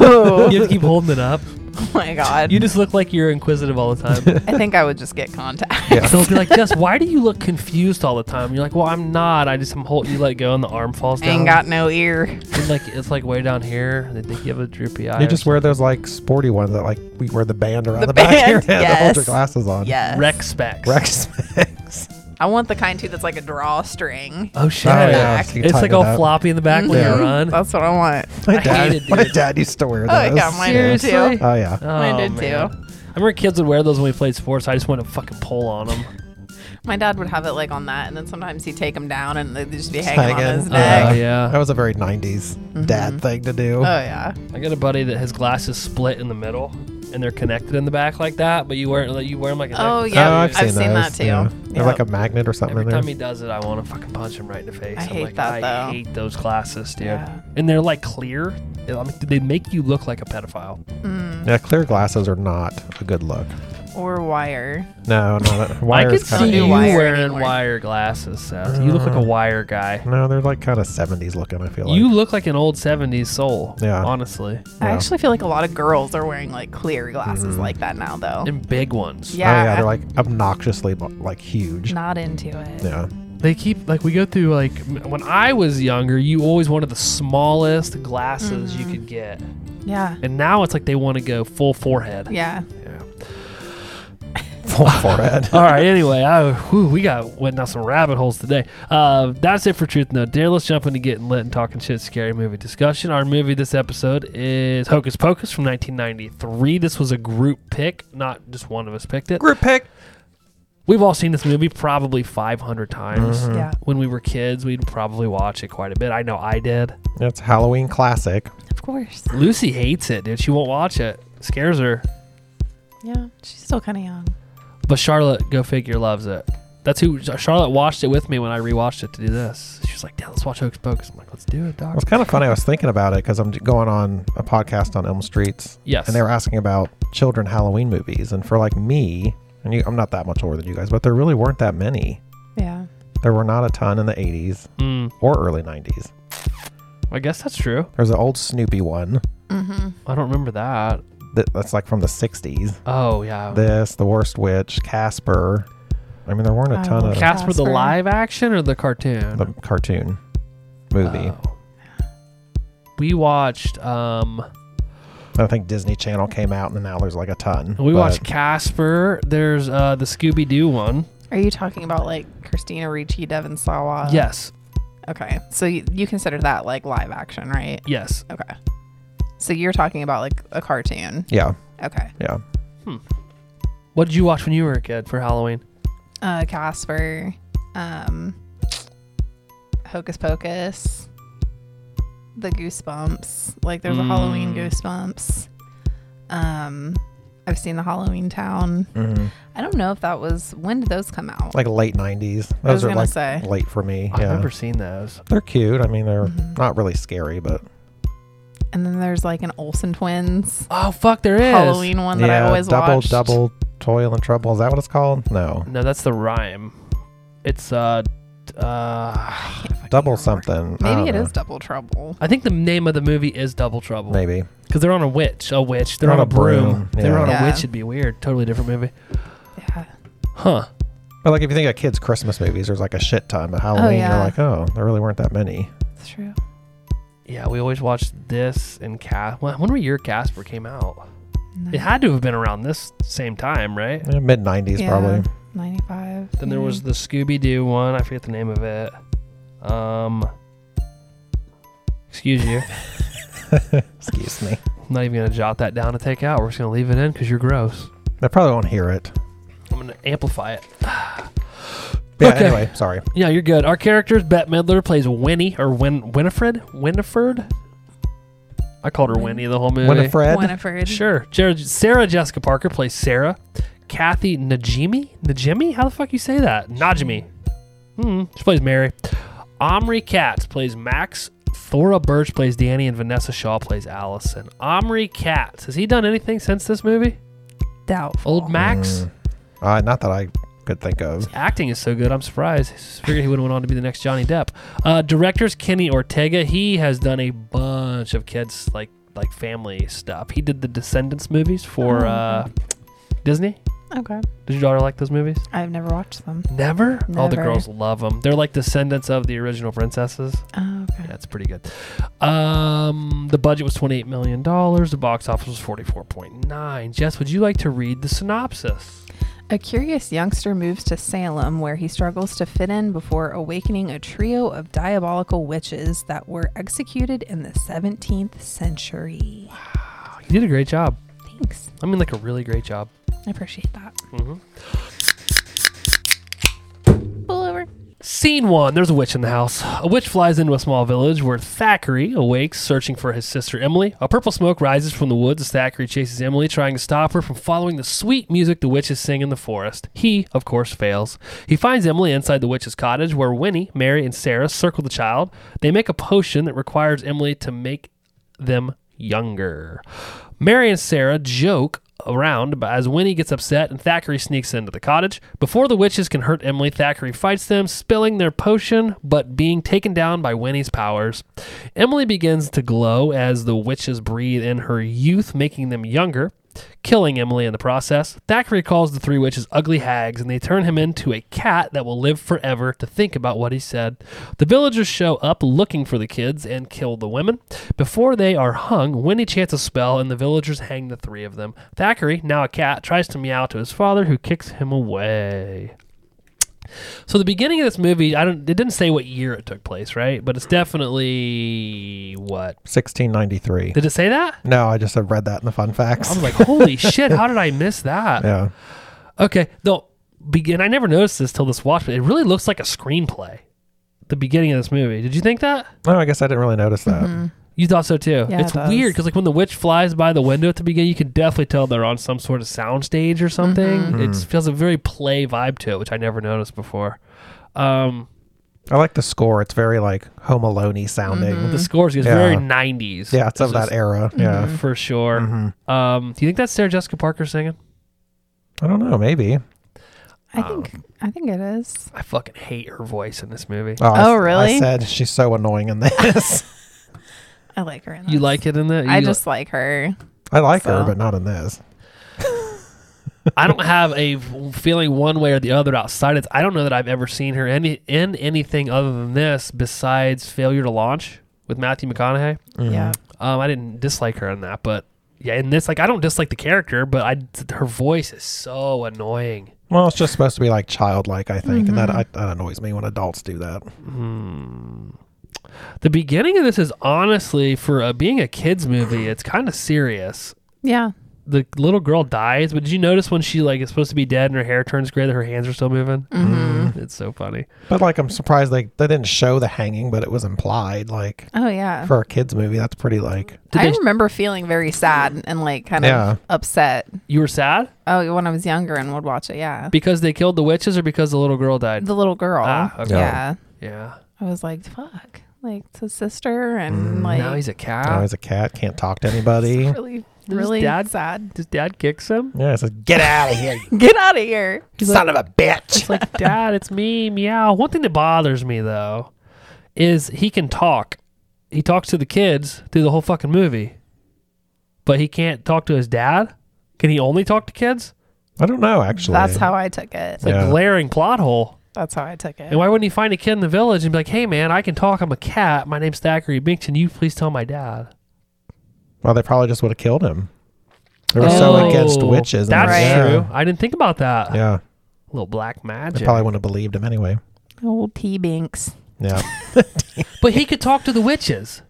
You'd have to keep holding it up.
[LAUGHS] oh my god.
You just look like you're inquisitive all the time.
I think I would just get contact. [LAUGHS]
Yeah.
So it'll be like, Jess, why do you look confused all the time? You're like, well, I'm not. I just I'm holding. You let go, and the arm falls down.
Ain't got no ear.
And, like it's like way down here. They think you have a droopy eye.
You
or
just wear those like sporty ones that like we wear the band around the,
The
back of your
band,
head to hold your
yes.
glasses on.
Yes.
something. rec specs.
Rex. Max.
I want the kind too that's like a drawstring.
Oh shit!
Oh,
yeah.
so you
It's like
tighten it
all
up.
floppy in the back when
Mm-hmm.
Yeah.
you run.
That's what I want.
My
I
dad,
hated
my
it.
dad used to wear those.
Oh, I got mine
Yeah.
too.
Seriously?
Oh yeah.
Oh,
I did
man.
too.
I remember kids would wear those when we played sports. I just wanted to fucking pull on them.
My dad would have it like on that, and then sometimes he'd take them down and they'd just be
Just
hanging, on
hanging.
his
Oh
neck.
Uh,
Mm-hmm.
That
yeah.
was a very 90s dad thing to do.
Oh yeah.
I got a buddy that his glasses split in the middle, and they're connected in the back like that. But you wear like you wear them like a
Oh
necklace.
yeah.
Oh,
I've, seen, that
those,
too.
yeah. There's like
Yep.
a magnet or something
Every
in there.
time he does it, I want to fucking punch him right in the face.
I
I'm
hate
like,
that,
I
though.
hate those glasses, dude.
Yeah.
And they're like clear. I mean, They make you look like a pedophile.
yeah, clear glasses are not a good look.
or wire.
No, not a,
[LAUGHS] I
wire
could
is
see
kind
do
you
of.
wire
wearing
anymore.
wire glasses, Seth. You look like a wire guy.
No, they're like kind of 70s looking. I feel Uh-huh. like. Oh,
You look like an old '70s soul.
Yeah.
honestly,
I
Yeah.
actually feel like a lot of girls are wearing like clear glasses like that now though.
and big ones.
Oh yeah,
Yeah.
they're like obnoxiously bu- like huge.
not into it.
Yeah.
They keep like we go through like m- when I was younger, you always wanted the smallest glasses you could get,
Yeah.
and now it's like they want to go full forehead.
Yeah.
Full forehead.
[LAUGHS] All right. Anyway, I, whew, we got went down some rabbit holes today. Uh, that's it for truth. No dare. Let's jump into getting lit and talking shit. Scary movie discussion. Our movie this episode is Hocus Pocus from 1993. This was a group pick, not just one of us picked it.
Group pick.
We've all seen this movie probably 500 times.
Yeah.
When we were kids, we'd probably watch it quite a bit. I know I did.
It's Halloween classic.
Of course.
Lucy hates it, dude. She won't watch it. Scares her.
Yeah. She's still kinda young.
But Charlotte, go figure, loves it. That's who Charlotte watched it with me when I rewatched it to do this. She was like, "Yeah, let's watch Hocus Pocus." I'm like, "Let's do it,
It
doc."
was kind of funny. I was thinking about it because I'm d- going on a podcast on Elm Streets,
Yes.
and they were asking about children Halloween movies, and for like me, and you, I'm not that much older than you guys, but there really weren't that many.
Yeah.
There were not a ton in the 80s
Mm,
or early 90s.
I guess that's true.
There's an old Snoopy one
Mm-hmm.
I don't remember that.
that, that's like from the 60s.
Oh yeah.
This, The Worst Witch, Casper. I mean, there weren't a
I
ton of
love
Oh. Casper, the
Casper.
live action or the cartoon?
uh, the cartoon movie.
Oh. We watched. um
I don't think Disney Channel came out, and now there's like a ton.
We
but-
watched Casper. There's uh the Scooby Doo one.
Are you talking about like Christina Ricci, Devin Sawa?
yes.
Okay. So you, you consider that like live action, right?
Yes.
Okay. So you're talking about like a cartoon.
Yeah,
Okay.
yeah.
What did you watch when you were a kid for Halloween?
Uh Casper. Um Hocus Pocus. The Goosebumps. Like there's a Halloween
Mm.
Goosebumps. Um I've seen the Halloween Town.
Mm-hmm.
I don't know if that was when did those come out?
Like late '90s. Those
was
are
gonna
like
say.
late for me.
I
yeah,
remember Mm-hmm. seeing those.
they're cute. I mean, they're not really scary, but
Mm-hmm. And then there's like an Olsen Twins
Oh fuck, there is.
Halloween one that I
yeah,
always
double
watched.
double toil and trouble. Is that what it's called? No,
No, that's the rhyme. It's uh, d- uh,
I can't fucking
double
remember.
something. I
Maybe
don't
it
know.
is Double Trouble.
I think the name of the movie is Double Trouble because
Maybe.
they're on a witch. A witch. They're on, a broom. If They
yeah.
were on
Yeah.
a witch. It'd be weird. Totally different movie.
Yeah.
Huh.
But like, if you think of kids' Christmas movies, there's like a shit ton. But Halloween,
yeah.
you're like, oh, there really weren't that many.
It's true.
Yeah, we always watched this and Cas. When when were your Casper came out? It
Nin-
had to have been around this same time, right?
Eh, Mid '90s,
Yeah.
probably.
95.
Then there was
maybe.
the Scooby Doo one. I forget the name of it. Um, excuse you.
Excuse me.
I'm not even gonna jot that down to take out. We're just gonna leave it in because you're gross.
They probably won't hear it.
I'm gonna amplify it.
But yeah,
Okay.
anyway, sorry.
Yeah, you're good. Our characters: Bette Midler plays Winnie or Win Winifred. Winifred. I called her
Win-
Winnie the whole movie.
Winifred.
Winifred.
Sure. Jared, Sarah Jessica Parker plays Sarah. Kathy Najimi? Najimi? How the fuck you say that? Najimi. Hmm. She plays Mary. Omri Katz plays Max. Thora Birch plays Danny, and Vanessa Shaw plays Allison. Omri Katz. Has he done anything since this movie?
Doubtful.
Old Max?
Mm. Uh, not that I could think of.
Acting is so good. I'm surprised. I figured he would have went on to be the next Johnny Depp. Uh, directors Kenny Ortega. He has done a bunch of kids like like family stuff. He did the Descendants movies for
Oh,
uh, Disney.
Okay.
Did your daughter like those movies?
I've never watched them.
Never? All the
Never.
girls love them. They're like descendants of the original princesses.
Oh, okay.
That's pretty good. Um, the budget was $28 million. The box office was 44.9. Jess, would you like to read the synopsis?
A curious youngster moves to Salem, where he struggles to fit in before awakening a trio of diabolical witches that were executed in the 17th century.
Oh, you did a great job.
Thanks.
I mean, like a really great job.
I appreciate that.
hmm
Pull
Uh,
over.
Scene one There's a witch in the house. A witch flies into a small village where Thackeray awakes, searching for his sister Emily. A purple smoke rises from the woods as Thackeray chases Emily, trying to stop her from following the sweet music the witches sing in the forest. He, of course, fails. He finds Emily inside the witch's cottage where Winnie, Mary, and Sarah circle the child. They make a potion that requires Emily to make them younger. Mary and Sarah joke around but as Winnie gets upset and Thackeray sneaks into the cottage. Before the witches can hurt Emily, Thackeray fights them, spilling their potion but being taken down by Winnie's powers. Emily begins to glow as the witches breathe in her youth, making them younger. Killing Emily in the process, Thackeray calls the three witches ugly hags and they turn him into a cat that will live forever to think about what he said. The villagers show up looking for the kids and kill the women. Before they are hung, Winnie chants a spell and the villagers hang the three of them. Thackeray, now a cat, tries to meow to his father who kicks him away. So the beginning of this movie, I don't it didn't say what year it took place, right? But it's definitely what?
1693.
Did it say that?
no, I just have read that in the fun
I
facts.
was like, "Holy shit, how did I miss that?"
yeah.
Okay, no. Begin. I never noticed this till this watch, but it really looks like a screenplay. The beginning of this movie. Did you think that?
Oh, I guess I didn't really notice that.
Mm-hmm.
You thought so too.
Yeah, it
it's
does.
weird because like when the witch flies by the window at the beginning, you can definitely tell they're on some sort of soundstage or something.
Mm-hmm.
Mm.
It feels a very play vibe to it, which I never noticed before. Um,
Mm-hmm.
I like the score. It's very like Home Alone sounding.
The scores is
Yeah.
very '90s.
Yeah, it's of
This
that era.
Mm-hmm.
is
Yeah. Mm-hmm.
for sure. Um, do you think that's Sarah Jessica Parker singing?
I don't know. Maybe.
I think
um,
I think it is.
I fucking hate her voice in this movie.
I s-
Oh, really?
I said she's so annoying in this. [LAUGHS]
I like her. In
you like it in that?
I
You-
just like her.
I like her,
So.
but not in this.
I don't have a feeling one way or the other outside of. I don't know that I've ever seen her any in anything other than this besides failure to launch with Matthew McConaughey.
Yeah.
Mm-hmm.
Um, I didn't dislike her in that, but yeah, in this, like, I don't dislike the character, but I her voice is so annoying.
Well, it's just supposed to be like childlike, I think, and that
Mm-hmm.
I, that annoys me when adults do that.
Hmm. The beginning of this is honestly for uh, being a kids movie, it's kind of serious.
Yeah.
the little girl dies, but did you notice when she like is supposed to be dead and her hair turns gray that her hands are still moving? Mm-hmm. It's so funny.
But like, I'm surprised like they didn't show the hanging, but it was implied. Like
Oh yeah.
for a kids movie, that's pretty like
Did
I
they-
remember feeling very sad and like kind
Yeah.
of upset.
You were sad
Oh, when I was younger and would watch it. Yeah.
because they killed the witches or because the little girl died?
The little girl.
Ah, okay.
Yeah.
yeah.
I was like, fuck. Like it's his sister and like
now he's a
oh,
cat.
he's a cat, can't talk to anybody.
really
His
really
dad-
sad.
His dad kicks him.
Yeah, it says get out of here, you
Get out of here.
son of a bitch.
It's like, Dad, it's me, meow. One thing that bothers me though is he can talk. He talks to the kids through the whole fucking movie, but he can't talk to his dad. Can he only talk to kids?
I don't know actually.
That's how I took it.
It's a
Yeah.
glaring plot hole.
That's how I took it.
And why wouldn't he find a kid in the village and be like, "Hey, man, I can talk. I'm a cat. My name's Thackeray Binks, and you please tell my dad."
Well, they probably just would have killed him. They were so
Oh,
against witches. and
That's
yeah.
true. I didn't think about that.
Yeah,
Little black
they
magic.
probably wouldn't have believed him anyway.
Old T Binks.
Yeah,
But he could talk to the witches.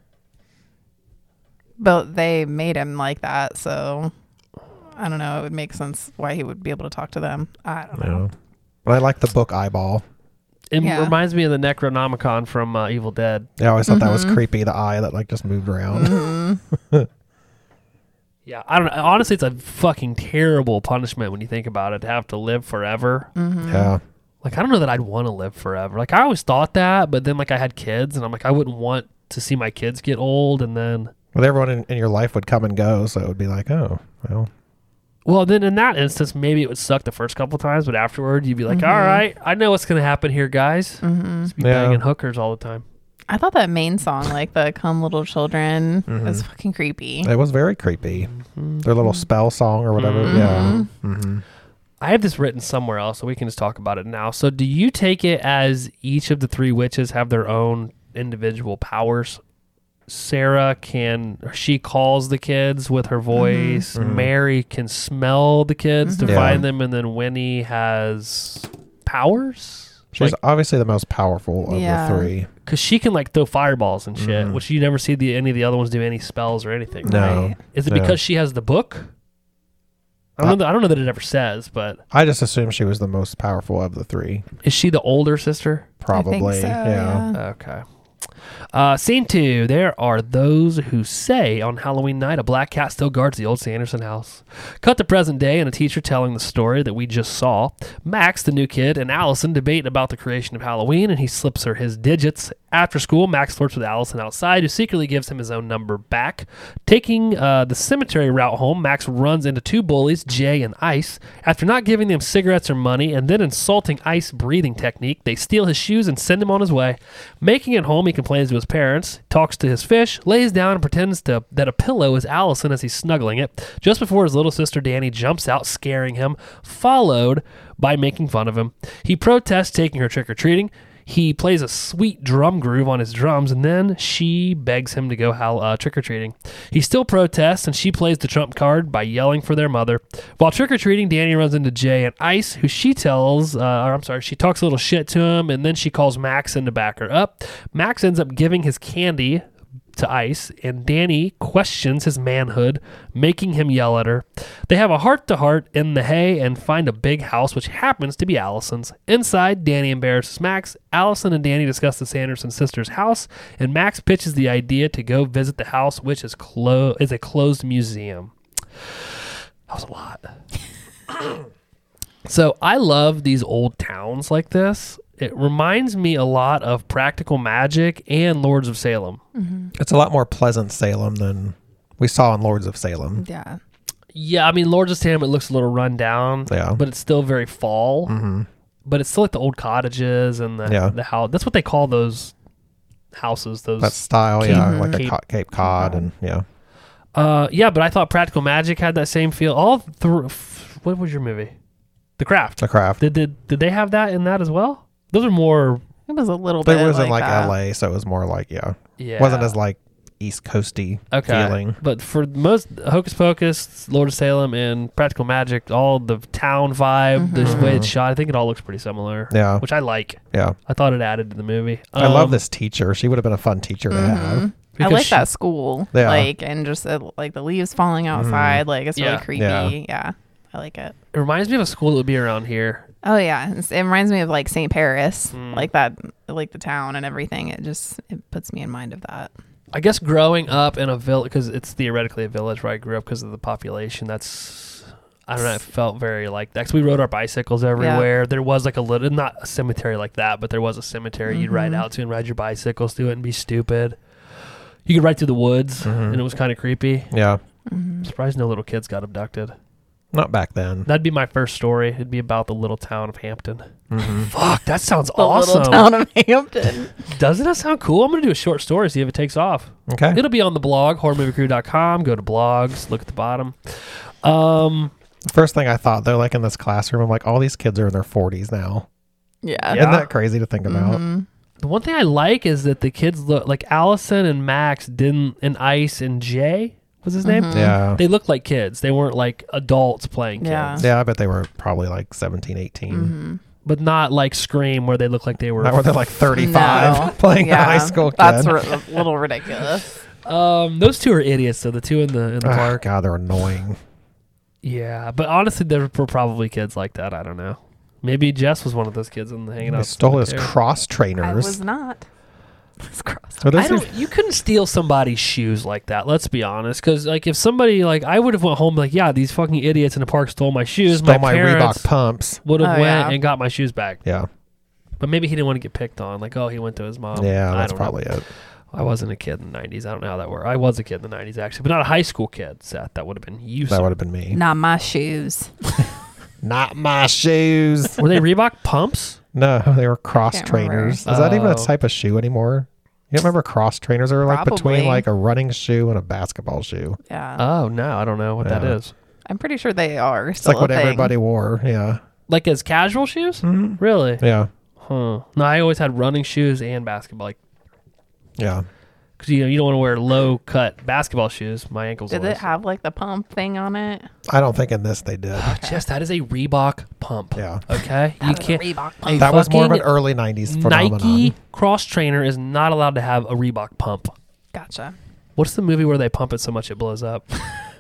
But they made him like that, so I don't know. It would make sense why he would be able to talk to them. I don't know.
yeah. But I like the book eyeball.
It
Yeah.
reminds me of the Necronomicon from uh, Evil Dead.
Yeah, I always thought that
Mm-hmm.
was creepy. The eye that like just moved around.
Yeah, I don't. Honestly, it's a fucking terrible punishment when you think about it. To have to live forever.
Yeah,
Like I don't know that I'd want to live forever. Like I always thought that, but then like I had kids, and I'm like I wouldn't want to see my kids get old, and then
but everyone in, in your life would come and go, so it would be like, oh, well,
Well, then in that instance, maybe it would suck the first couple times, but afterward, you'd be like, "All right, I know what's going to happen here, guys.
Mm-hmm.
Just be
Yeah.
banging hookers all the time.
I thought that main song, like the "Come Little Children," was fucking creepy.
it was very creepy.
Mm-hmm.
Their little spell song or whatever.
Mm-hmm.
Yeah, hmm
I have this written somewhere else, so we can just talk about it now. So, do you take it as each of the three witches have their own individual powers? Sarah can, she calls the kids with her voice. Mary can smell the kids to
Mm-hmm. Yeah.
find them, and then Winnie has powers.
she's obviously the most powerful of
Yeah.
the three.
because she can like throw fireballs and shit, which you never see the any of the other ones do any spells or anything.
Mm-hmm. No,
Right.
Is it
No.
because she has the book? I don't, know that, I don't know that it ever says, but
I just assumed she was the most powerful of the three.
is she the older sister?
Probably.
I think so, yeah.
Okay. Uh, scene two. There are those who say on Halloween night a black cat still guards the old Sanderson house. Cut to present day and a teacher telling the story that we just saw. Max, the new kid, and Allison debate about the creation of Halloween, and he slips her his digits. After school, Max flirts with Allison outside, who secretly gives him his own number back. Taking uh, the cemetery route home, Max runs into two bullies, Jay and Ice. After not giving them cigarettes or money and then insulting Ice breathing technique, they steal his shoes and send him on his way. Making it home, he complains to his parents, talks to his fish, lays down and pretends to that a pillow is Allison as he's snuggling it. Just before his little sister Danny jumps out, scaring him, followed by making fun of him. He protests taking her trick or treating. He plays a sweet drum groove on his drums, and then she begs him to go hal- uh, trick or treating. He still protests, and she plays the trump card by yelling for their mother. While trick or treating, Danny runs into Jay and Ice, who she tells, uh, or I'm sorry, she talks a little shit to him, and then she calls Max in to back her up. Max ends up giving his candy to Ice, and Danny questions his manhood, making him yell at her. They have a heart to heart in the hay and find a big house, which happens to be Allison's. Inside, Danny embarrasses Max. Allison and Danny discuss the Sanderson sisters' house, and Max pitches the idea to go visit the house, which is clo- is a closed museum. That was a lot. [COUGHS] So I love these old towns like this. It reminds me a lot of Practical Magic and Lords of Salem.
It's a lot more pleasant Salem than we saw in Lords of Salem.
Yeah,
Yeah, I mean, Lords of Salem, it looks a little run down.
Yeah.
But it's still very fall. Mm-hmm. But it's still like the old cottages and the,
Mm. Yeah.
the house. That's what they call those houses. Those.
That style, yeah, like
Cape-
a co- Cape Cod, and yeah,
uh, yeah, but I thought Practical Magic had that same feel. All through. What was your movie? The Craft.
the craft.
Did, did, did they have that in that as well? Those are more.
it was a little
But
bit.
it wasn't
like,
like,
that.
LA, so it was more like yeah,
Yeah.
wasn't as like East Coasty
okay.
feeling.
But for most Hocus Pocus, Lord of Salem, and Practical Magic, all the town vibe, the way it's shot, I think it all looks pretty similar.
Mm-hmm. Yeah.
Which I like.
Yeah,
I thought it added to the movie.
I love
Um,
this teacher. She would have been a fun teacher to have.
Mm-hmm. I
Because
like
she-
that school,
Yeah. Mm-hmm.
like, and just uh, like the leaves falling outside, like it's
Yeah.
really creepy.
Yeah.
Yeah. I like it.
It reminds me of a school that would be around here.
Oh yeah, It's- it reminds me of like St. Paris,
Mm.
like that, like the town and everything. It just it puts me in mind of that.
I guess growing up in a village, because it's theoretically a village where I grew up because of the population. That's I don't know. It felt very like that. 'Cause we rode our bicycles everywhere. There was like a little, not a cemetery like that, but there was a cemetery you'd ride
Mhm.
out to and ride your bicycles to it and be stupid. You could ride through the woods,
Mhm.
and it was kind of creepy.
Yeah.
Mm-hmm.
I'm surprised no little kids got abducted.
Not back then.
That'd be my first story. It'd be about the little town of Hampton.
Mhm.
Fuck, that sounds
The
awesome.
little town of
[LAUGHS]
Hampton.
Doesn't that sound cool? I'm gonna do a short story, see if it takes off.
Okay.
It'll be on the blog, horrormoviecrew.com. Go to blogs, look at the bottom. Um,
First thing I thought, they're like in this classroom. I'm like, all these kids are in their 40s now.
yeah.
Yeah.
Isn't that crazy to think about?
Mhm.
the one thing I like is that the kids look like Allison and Max didn't, and Ice and Jay was his name.
Yeah.
They looked like kids. They weren't like adults playing kids,
Yeah.
Yeah, I bet they were probably like 17, 18.
Mm-hmm.
but not like Scream where they look like they were.
Not where they're like 35
No.
[LAUGHS] playing a
Yeah.
high school kid.
That's ri- a little ridiculous.
um, those two are idiots. So the two in the in the
Oh,
park.
God, they're annoying.
Yeah, but honestly, there were probably kids like that. I don't know. Maybe Jess was one of those kids and hanging out.
They
in
stole his
solitaire.
I
cross
was
trainers.
not. [LAUGHS] It's crossed.
So
I
this is
don't. You couldn't steal somebody's shoes like that. Let's be honest, because like if somebody like I would have went home like yeah these fucking idiots in the park stole my shoes.
stole my,
parents
Reebok pumps.
would have
Oh,
went
yeah.
and got my shoes back.
Yeah.
But maybe he didn't want to get picked on. Like oh he went to his mom.
yeah,
I
that's
don't know.
probably it.
I wasn't a kid in the '90s. I don't know how that worked. I was a kid in the '90s actually, but not a high school kid. Seth, that would have been
That
useful.
would have been me.
Not my shoes.
Not my shoes.
Were they Reebok
[LAUGHS]
pumps?
[LAUGHS] no, they were cross
Can't remember.
trainers. Is that even a
Oh.
type of shoe anymore? You don't remember cross trainers are like between
Probably.
like a running shoe and a basketball shoe.
Yeah.
Oh no, I don't know what that
Yeah.
is.
I'm pretty sure they are.
Uh, It's
Still
like what
a thing.
everybody wore. Yeah.
Like as casual shoes?
Mhm.
Really?
Yeah.
Huh. No, I always had running shoes and basketball. Like
Yeah.
Because you know you don't want to wear low cut basketball shoes. My ankles.
Did
always.
it have like the pump thing on it?
I don't think in this they did.
Jess, that is a Reebok pump.
Yeah.
Okay, [SIGHS] you can't.
Reebok
a
That was more of an
fucking
early 90s phenomenon.
Nike cross trainer is not allowed to have a Reebok pump.
Gotcha.
What's the movie where they pump it so much it blows up?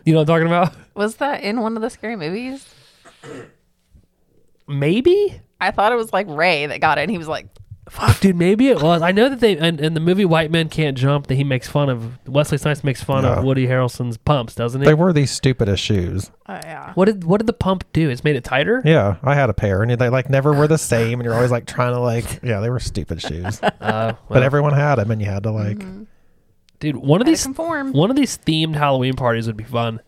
you know what I'm talking about?
Was that in one of the scary movies?
Maybe.
I thought it was like Ray that got it, and he was like,
Fuck, dude, maybe it was. I know that they and in the movie White Men Can't Jump that he makes fun of. Wesley Snipes makes fun
Yeah.
of Woody Harrelson's pumps, doesn't he?
They were these stupidest shoes.
"Oh yeah."
what did what did the pump do? It's made it tighter.
Yeah, I had a pair, and they like never were the same, and you're always like trying to like, yeah, they were
[LAUGHS]
stupid shoes,
Uh,
but
well,
everyone had them, and you had to like,
Mm-hmm.
dude, one of
These
these
conform.
one of these themed Halloween parties would be fun.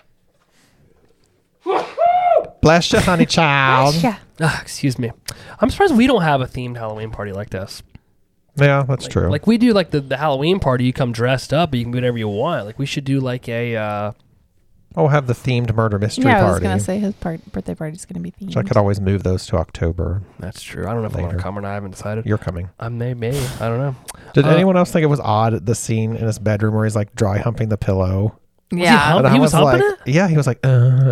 bless
[LAUGHS]
you, honey child.
Yeah.
Ah, excuse me. I'm surprised we don't have a themed Halloween party like this.
Yeah, that's true.
Like we do like the, the Halloween party, you come dressed up, but you can do whatever you want. Like we should do like a uh
oh, have the themed murder mystery
Yeah, I was
party.
gonna say his part- birthday party's gonna be themed.
So I could always move those to October.
that's true. I don't know if I'm
Later.
gonna come or not, I haven't decided.
You're coming.
I may may. I don't know.
Did
Uh,
anyone else think it was odd the scene in his bedroom where he's like dry humping the pillow?
yeah,
hump-
And I
he was
like,
humping
yeah, he was like, uh, [LAUGHS]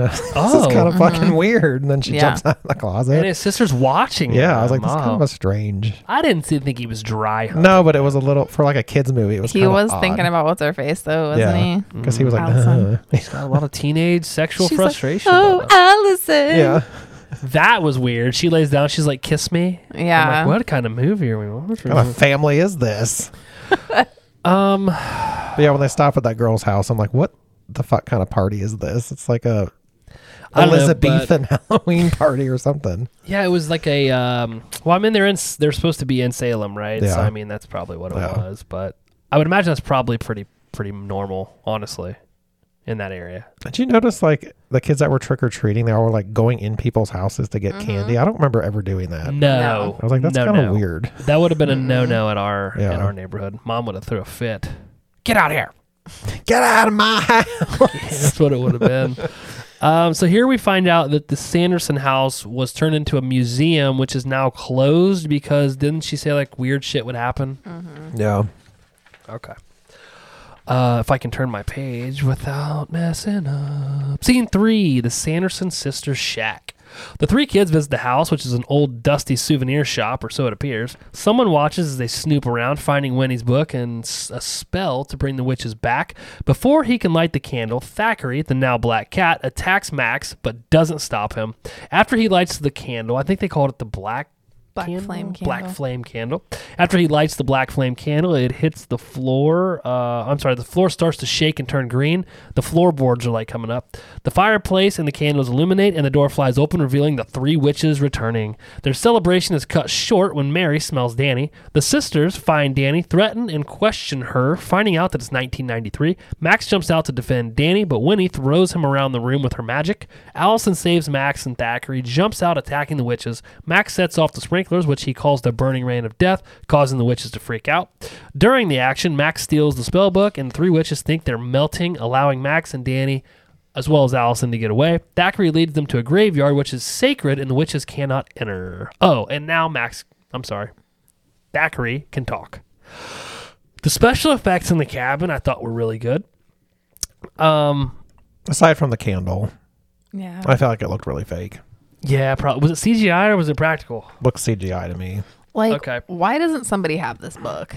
this
Oh.
is kind of fucking weird. And then she
Yeah.
jumps out of the closet.
And his sister's watching.
yeah, I
him.
was like, this is
Oh.
kind of strange.
I didn't see, think he was dry humping.
No, but it was a little for like a kids movie. It was
he
kinda
was
odd.
thinking about what's her face though, wasn't
yeah,
he?
because he was like,
Allison.
"Uh."
He's got a lot of teenage sexual
She's like,
frustration.
Oh, Allison.
[LAUGHS] yeah,
[LAUGHS] that was weird. She lays down, she's like, Kiss me. I'm
Yeah.
like, what kind of movie are we watching?
what kind of family is this?
Um
But yeah, when they stop at that girl's house, I'm like, what the fuck kind of party is this? It's like a
I don't know,
Elizabethan [LAUGHS] Halloween party or something.
Yeah, it was like a. Um, well, I mean, they're in. They're supposed to be in Salem, right?
Yeah.
So I mean, that's probably what it
Yeah.
was. But I would imagine that's probably pretty pretty normal, honestly, in that area.
Did you notice like the kids that were trick or treating, they all were like going in people's houses to get candy? I don't remember ever doing that.
No,
I was like, that's
no,
kind of
no.
weird. [LAUGHS]
That would have been a no no at our in
Yeah.
our neighborhood. Mom would have threw a fit.
Get out of here. Get out of my house.
[LAUGHS]
[LAUGHS]
That's what it would have been. Um, so here we find out that the Sanderson house was turned into a museum, which is now closed because didn't she say like weird shit would happen?
Yeah.
Okay. Uh, if I can turn my page without messing up. Scene three The Sanderson Sisters Shack. The three kids visit the house, which is an old dusty souvenir shop, or so it appears. Someone watches as they snoop around, finding Winnie's book and s- a spell to bring the witches back. Before he can light the candle, Thackeray, the now black cat, attacks Max, but doesn't stop him. After he lights the candle, I think they called it the black
Black flame
Black
candle.
flame candle. After he lights the black flame candle, it hits the floor. Uh, I'm sorry, the floor starts to shake and turn green. The floorboards are like coming up. The fireplace and the candles illuminate, and the door flies open, revealing the three witches returning. Their celebration is cut short when Mary smells Danny. The sisters find Danny, threaten and question her, finding out that it's 1993. Max jumps out to defend Danny, but Winnie throws him around the room with her magic. Allison saves Max, and Thackeray jumps out, attacking the witches. Max sets off the sprinklers, which he calls the burning rain of death, causing the witches to freak out. During the action, Max steals the spell book, and the three witches think they're melting, allowing Max and Danny. As well as Allison to get away, Thackeray leads them to a graveyard which is sacred and the witches cannot enter. Oh, and now Max, I'm sorry, Thackeray can talk. The special effects in the cabin I thought were really good. Um,
Aside from the candle,
Yeah.
I felt like it looked really fake.
yeah, probably was it CGI or was it practical?
Looks CGI to me.
Like,
Okay.
why doesn't somebody have this book?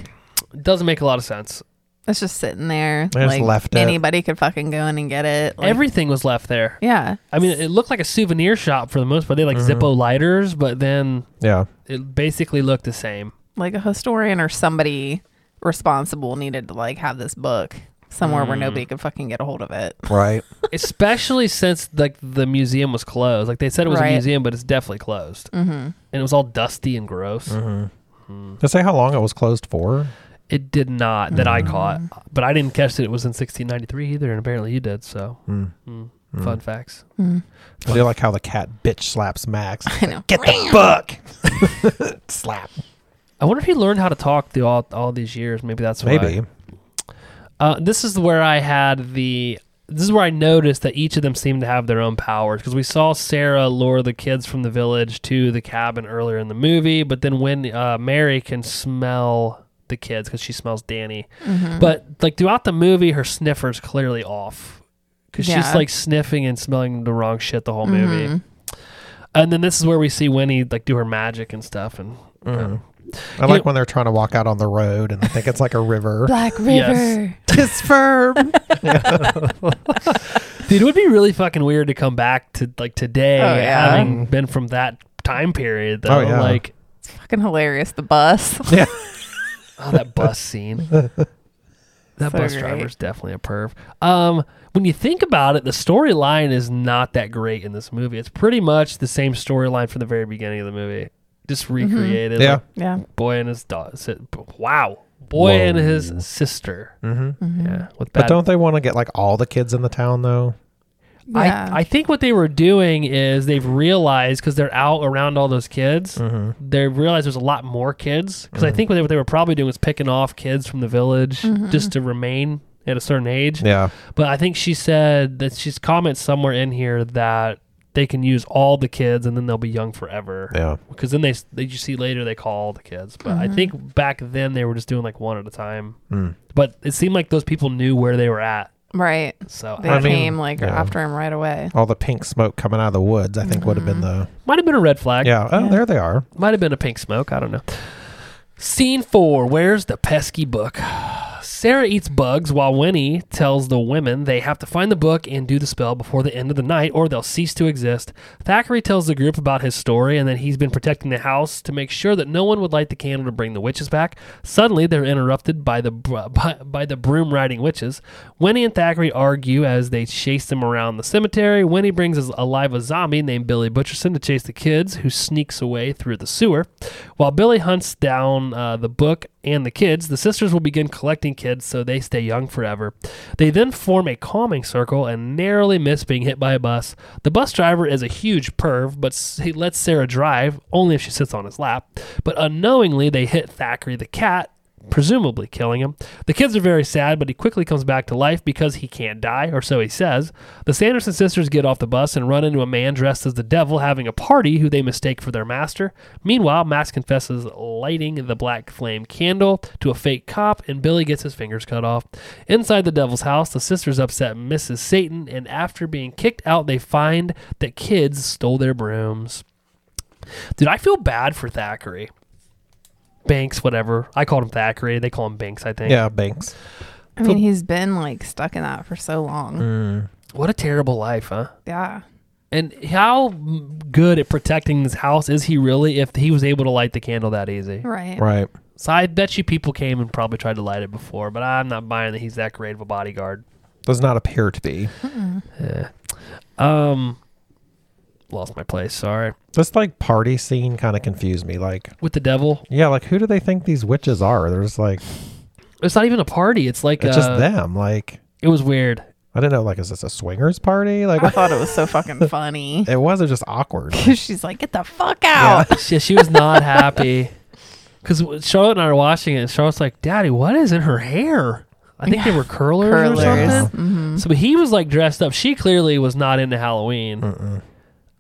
It doesn't make a lot of sense.
It's just sitting there.
They just
like,
left it.
Anybody could fucking go in and get it. Like,
Everything was left there.
yeah.
I mean, it looked like a souvenir shop for the most part. They had, like Zippo lighters, but then
Yeah.
it basically looked the same.
Like a historian or somebody responsible needed to like have this book somewhere
Mm.
where nobody could fucking get a hold of it.
Right.
Especially since like the museum was closed. Like they said it was a
Right.
museum, but it's definitely closed. Mm-hmm. And it was all dusty and gross.
Mm.
Mm.
Did it Mm-hmm. say how long it was closed for?
It did not that I caught, but I didn't catch that it was in 1693 either, and apparently you did. So, Mm. fun facts.
Hmm. I do like how the cat bitch slaps
[LAUGHS]
Max.
Mm-hmm. I know.
Get the book. [LAUGHS] Slap.
I wonder if he learned how to talk through all, all these years. Maybe that's why.
Maybe.
Uh, this is where I had the. This is where I noticed that each of them seemed to have their own powers because we saw Sarah lure the kids from the village to the cabin earlier in the movie, but then when uh, Mary can smell the kids because she smells Danny,
Mm-hmm.
but like throughout the movie, her sniffer's clearly off because
Yeah. Mm-hmm.
she's like sniffing and smelling the wrong shit the whole movie. And then this is where we see Winnie like do her magic and stuff, and
Mm. I
You
like
know-
when they're trying to walk out on the road and they think it's like
[LAUGHS]
a river.
Black River.
Yes.
Tis firm.
Dude, it would be really fucking weird to come back to like today,
Oh, yeah.
having been from that time period. Though,
Oh, yeah.
like
Fucking hilarious. The bus.
oh, that
[LAUGHS]
bus scene. That bus
great.
driver's definitely a perv. Um, when you think about it, the storyline is not that great in this movie. It's pretty much the same storyline from the very beginning of the movie,
Mm-hmm.
just recreated.
Yeah.
like,
yeah.
boy and his daughter. Wow, boy and his sister.
Mhm.
Mm-hmm.
Yeah, with
But
bad
don't they want to get like all the kids in the town though?
Yeah.
I, I think what they were doing is they've realized because they're out around all those
Mm-hmm.
kids, they realized there's a lot more kids. Because I think what they, what they were probably doing was picking off kids from the village just to remain at a certain age.
Yeah.
But I think she said that she's comments somewhere in here that they can use all the kids and then they'll be young forever.
Yeah.
Because then they, s- they, you see later they call all the kids. But I think back then they were just doing like one at a time.
Mm.
But it seemed like those people knew where they were at.
Right.
So
They
I mean,
came like
yeah.
after him right away.
All the pink smoke coming out of the woods, I think would have been the
might have been a red flag.
Yeah. Oh, there they are.
Might have been a pink smoke. I don't know. Scene four. Where's the pesky book? Sarah eats bugs while Winnie tells the women they have to find the book and do the spell before the end of the night or they'll cease to exist. Thackeray tells the group about his story and that he's been protecting the house to make sure that no one would light the candle to bring the witches back. Suddenly, they're interrupted by the br- [LAUGHS] by, by the broom riding witches. Winnie and Thackeray argue as they chase them around the cemetery. Winnie brings as- alive a zombie named Billy Butcherson to chase the kids, who sneaks away through the sewer. While Billy hunts down uh, the book and the kids, the sisters will begin collecting kids so they stay young forever. They then form a calming circle and narrowly miss being hit by a bus. The bus driver is a huge perv, but s- he lets Sarah drive, only if she sits on his lap. But unknowingly, they hit Thackeray the cat presumably killing him. The kids are very sad, but he quickly comes back to life because he can't die, or so he says. The Sanderson sisters get off the bus and run into a man dressed as the devil having a party who they mistake for their master. Meanwhile, Max confesses lighting the black flame candle to a fake cop, and Billy gets his fingers cut off. Inside the devil's house, the sisters upset Mrs. Satan, and after being kicked out, they find that kids stole their brooms. Dude, I feel bad for Thackeray. Banks, whatever. I called him Thackeray. They call him Banks, I think.
Yeah, Banks.
I mean, he's been like stuck in that for so
Mm.
long.
What a terrible life, huh?
Yeah.
And how good at protecting this house is he really if he was able to light the candle that easy?
Right.
Right.
So I bet you people came and probably tried to light it before, but I'm not buying that he's that great of a bodyguard. Eh.
Does not appear to be.
Um, lost my place. Sorry.
This like party scene kind of confused me. Like,
With the devil,
yeah, like who do they think these witches are? There's like
it's not even a party. It's like
it's
uh,
just them. Like
It was weird.
I don't know. Like is this a swingers party? Like
I thought it was
[LAUGHS]
so fucking funny.
it was. It was just
[LAUGHS]
awkward.
She's like, get the fuck
[LAUGHS]
out.
she, she was not happy because Charlotte and I were watching it, and Charlotte's like, "Daddy, what is in her hair?" I think they were curlers,
Curlers.
or something.
hmm
So he was like dressed up. She clearly was not into Halloween.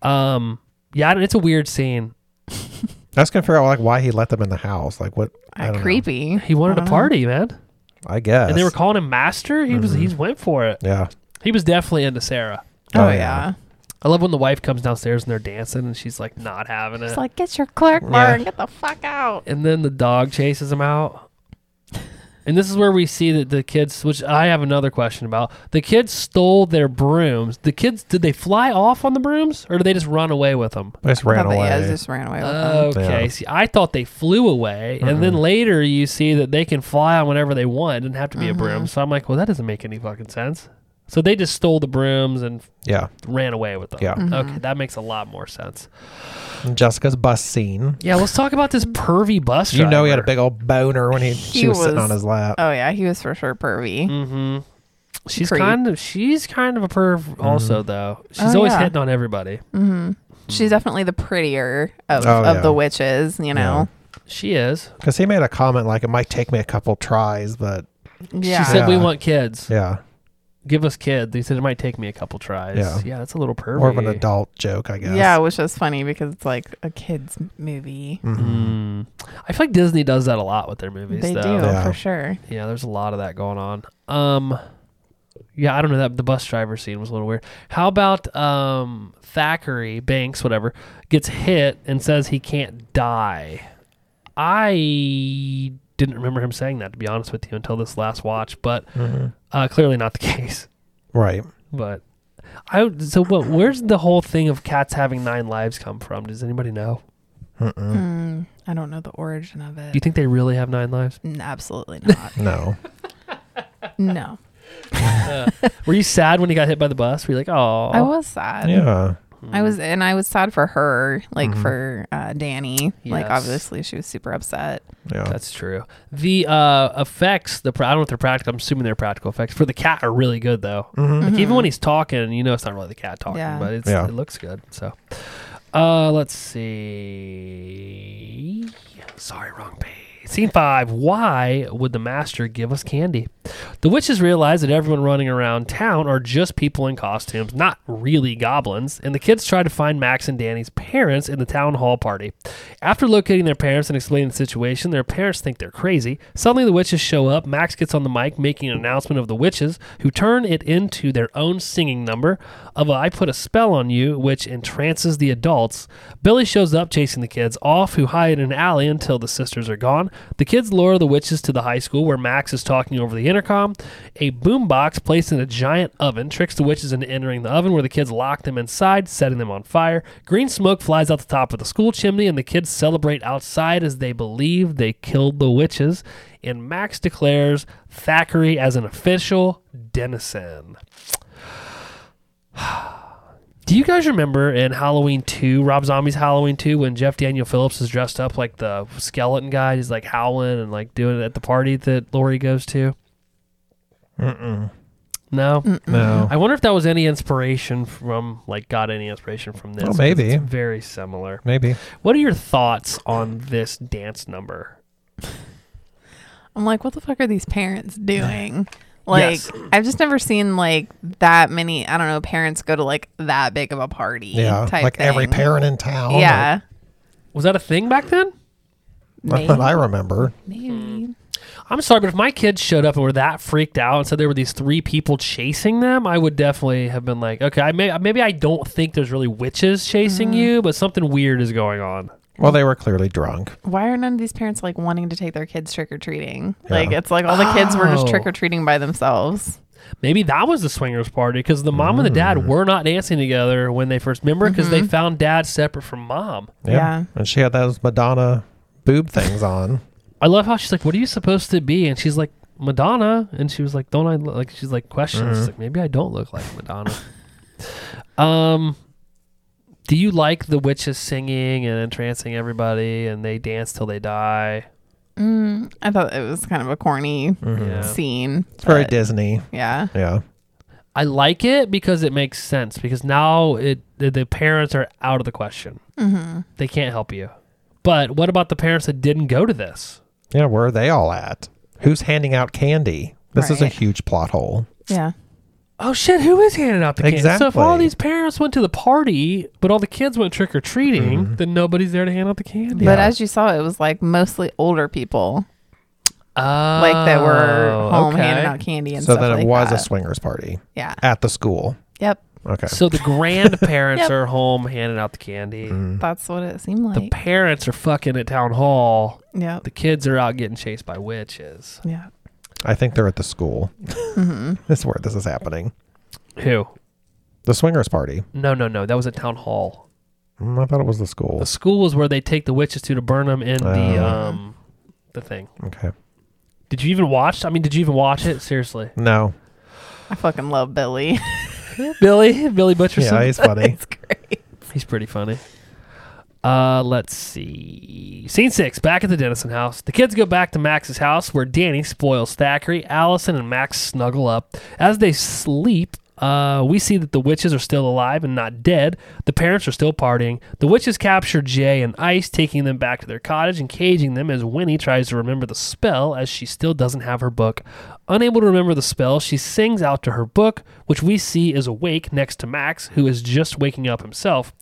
Um, yeah, I don't- it's a weird scene.
I was gonna figure out like why he let them in the house. Like what? I don't know.
Uh, creepy.
He wanted a
Uh-huh.
party, man,
I guess.
and they were calling him Master. He
Mm-hmm.
was he's went for it.
yeah.
He was definitely into Sarah.
Oh,
Oh,
yeah.
yeah.
I love when the wife comes downstairs and they're dancing, and she's like not having it.
It's like, get your Clark Martin. Get the fuck out.
and then the dog chases him out. And this is where we see that the kids, which I have another question about. The kids stole their brooms. The kids, did they fly off on the brooms or did they just run away with them?
They just
I
ran
thought
away.
they yeah, just ran away with them.
Okay.
Yeah.
See, I thought they flew away. And then later you see that they can fly on whenever they want. It didn't have to be a broom. So I'm like, well, that doesn't make any fucking sense. So they just stole the brooms and
yeah.
ran away with them.
Yeah.
Okay. That makes a lot more sense.
And Jessica's bus scene.
Yeah. Let's talk about this pervy bus
You know he had a
driver.
big old boner when he, she
He
was, sitting
was-
on his lap.
Oh, yeah. He was for sure pervy.
Mm-hmm. She's
Creep.
kind of she's kind of a
Mm-hmm.
perv also though. She's
Oh,
always
yeah.
hitting on everybody.
Mm-hmm. She's definitely the prettier of,
Oh,
of
yeah.
the witches, you know?
She is.
Because he made a comment like it might take me a couple tries, but
Yeah.
She said we
Yeah.
want kids.
yeah,
Give us kids. They said it might take me a couple tries.
Yeah.
that's a little pervy.
more of an adult joke, I guess.
Yeah, which is funny because it's like a kid's movie.
Mm-hmm.
Mm. I feel like Disney does that a lot with their movies
They do,
though.
Yeah.
for sure.
Yeah, there's a lot of that going on. Um yeah, I don't know that the bus driver scene was a little weird. How about um Thackeray Banks whatever gets hit and says he can't die. I didn't remember him saying that to be honest with you until this last watch, but uh clearly not the [LAUGHS] case.
Mm-hmm. Right.
But I would- so what where's the whole thing of cats having nine lives come from? Does anybody know?
Mm, I don't know the origin of
Do you
it.
think they really have nine lives?
Mm, Absolutely not.
No.
no.
Were you sad when he got hit by the bus? Were you like, "Oh,
I was sad.
yeah.
I
Mm-hmm.
was, and I was sad for her, like for uh, Danny.
Yes.
Like, obviously, she was super upset.
Yeah.
That's true. The uh, effects, the pra- I don't know if they're practical. I'm assuming they're practical effects for the cat are really good though. Like even when he's talking, you know it's not really the cat talking,
Yeah.
but it's,
Yeah.
it looks good. So, uh, let's see. Sorry, wrong page. Scene five. Why would the master give us candy? The witches realize that everyone running around town are just people in costumes, not really goblins, and the kids try to find Max and Danny's parents in the town hall party. After locating their parents and explaining the situation, their parents think they're crazy. Suddenly, the witches show up. Max gets on the mic, making an announcement of the witches, who turn it into their own singing number of I Put a Spell on You, which entrances the adults. Billy shows up, chasing the kids off, who hide in an alley until the sisters are gone. The kids lure the witches to the high school where Max is talking over the intercom. A boombox placed in a giant oven tricks the witches into entering the oven where the kids lock them inside, setting them on fire. Green smoke flies out the top of the school chimney and the kids celebrate outside as they believe they killed the witches. And Max declares Thackeray as an official denizen. Do you guys remember in Halloween 2, Rob Zombie's Halloween 2, when Jeff Daniel Phillips is dressed up like the skeleton guy? He's like howling and like doing it at the party that Lori goes to? Mm-mm. No?
no.
I wonder if that was any inspiration from, like, got any inspiration from this.
Oh, maybe.
It's very similar.
Maybe.
What are your thoughts on this dance number?
I'm like, what the fuck are these parents
[LAUGHS]
doing? Like,
Yes.
I've just never seen like that many. I don't know, parents go to like that big of a party.
Yeah,
type
like every
thing.
parent in town. or-
Yeah,
Was that a thing back then?
not [LAUGHS] that I remember.
Maybe.
I'm sorry, but if my kids showed up and were that freaked out and said there were these three people chasing them, I would definitely have been like, okay, I may, maybe I don't think there's really witches chasing you, but something weird is going on.
Well, they were clearly drunk.
why are none of these parents like wanting to take their kids trick or treating?
Yeah.
Like, it's like all the kids were just
Oh.
trick or treating by themselves.
Maybe that was the swingers party because the mom and the dad were not dancing together when they first remember because they found dad separate from mom.
Yeah.
And she had those Madonna boob things
[LAUGHS]
on.
I love how she's like, "What are you supposed to be?" And she's like, "Madonna." And she was like, "Don't I look like?" She's like, "Questions." She's like, "Maybe I don't look like Madonna." [LAUGHS] um, do you like the witches singing and entrancing everybody, and they dance till they die?
Mm, I thought it was kind of a corny
Mm-hmm.
Yeah.
scene.
It's very
but
Disney.
yeah.
Yeah.
I like it because it makes sense because now it the, the parents are out of the question.
Mm-hmm.
They can't help you. But what about the parents that didn't go to this?
Yeah. Where are they all at? Who's handing out candy? This is a
Right.
huge plot hole.
Yeah.
Oh shit! Who is handing out the candy? So if all
Exactly.
these parents went to the party, but all the kids went trick or treating,
Mm-hmm.
then nobody's there to hand out the candy.
But as you saw, it was like mostly older people,
Oh,
like that were home
okay.
handing out candy and
Oh, so
stuff
then it
like
was a
that.
swingers party
yeah.
at the school.
Yep.
Okay.
[LAUGHS] So the grandparents
Yep.
are home handing out the candy.
Mm.
That's what it seemed
The
like.
parents are fucking at town hall.
yep.
The kids are out getting chased by witches.
Yeah.
I think they're at the school.
Mm-hmm.
[LAUGHS] That's where this is happening.
Who?
The swingers party.
No, no, no. That was at town hall.
Mm, I thought it was the school.
The school was where they take the witches to to burn them in the
Oh.
um the thing.
Okay.
Did you even watch? I mean, did you even watch it? Seriously,
No.
I fucking love Billy. [LAUGHS]
Billy Billy Butcherson.
Yeah, he's funny.
it's great.
He's pretty funny. Uh, let's see. Scene six, back at the Dennison house. The kids go back to Max's house where Danny spoils Thackeray. Allison and Max snuggle up. As they sleep, uh, we see that the witches are still alive and not dead. The parents are still partying. The witches capture Jay and Ice, taking them back to their cottage and caging them as Winnie tries to remember the spell as she still doesn't have her book. Unable to remember the spell, she sings out to her book, which we see is awake next to Max, who is just waking up himself.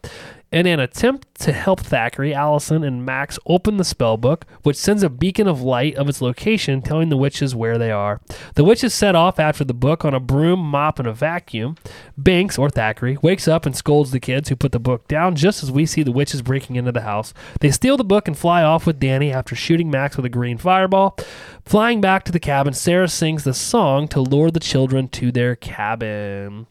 In an attempt to help Thackeray, Allison and Max open the spell book, which sends a beacon of light of its location, telling the witches where they are. The witches set off after the book on a broom, mop, and a vacuum. Banks, or Thackeray, wakes up and scolds the kids who put the book down just as we see the witches breaking into the house. They steal the book and fly off with Danny after shooting Max with a green fireball. Flying back to the cabin, Sarah sings the song to lure the children to their cabin.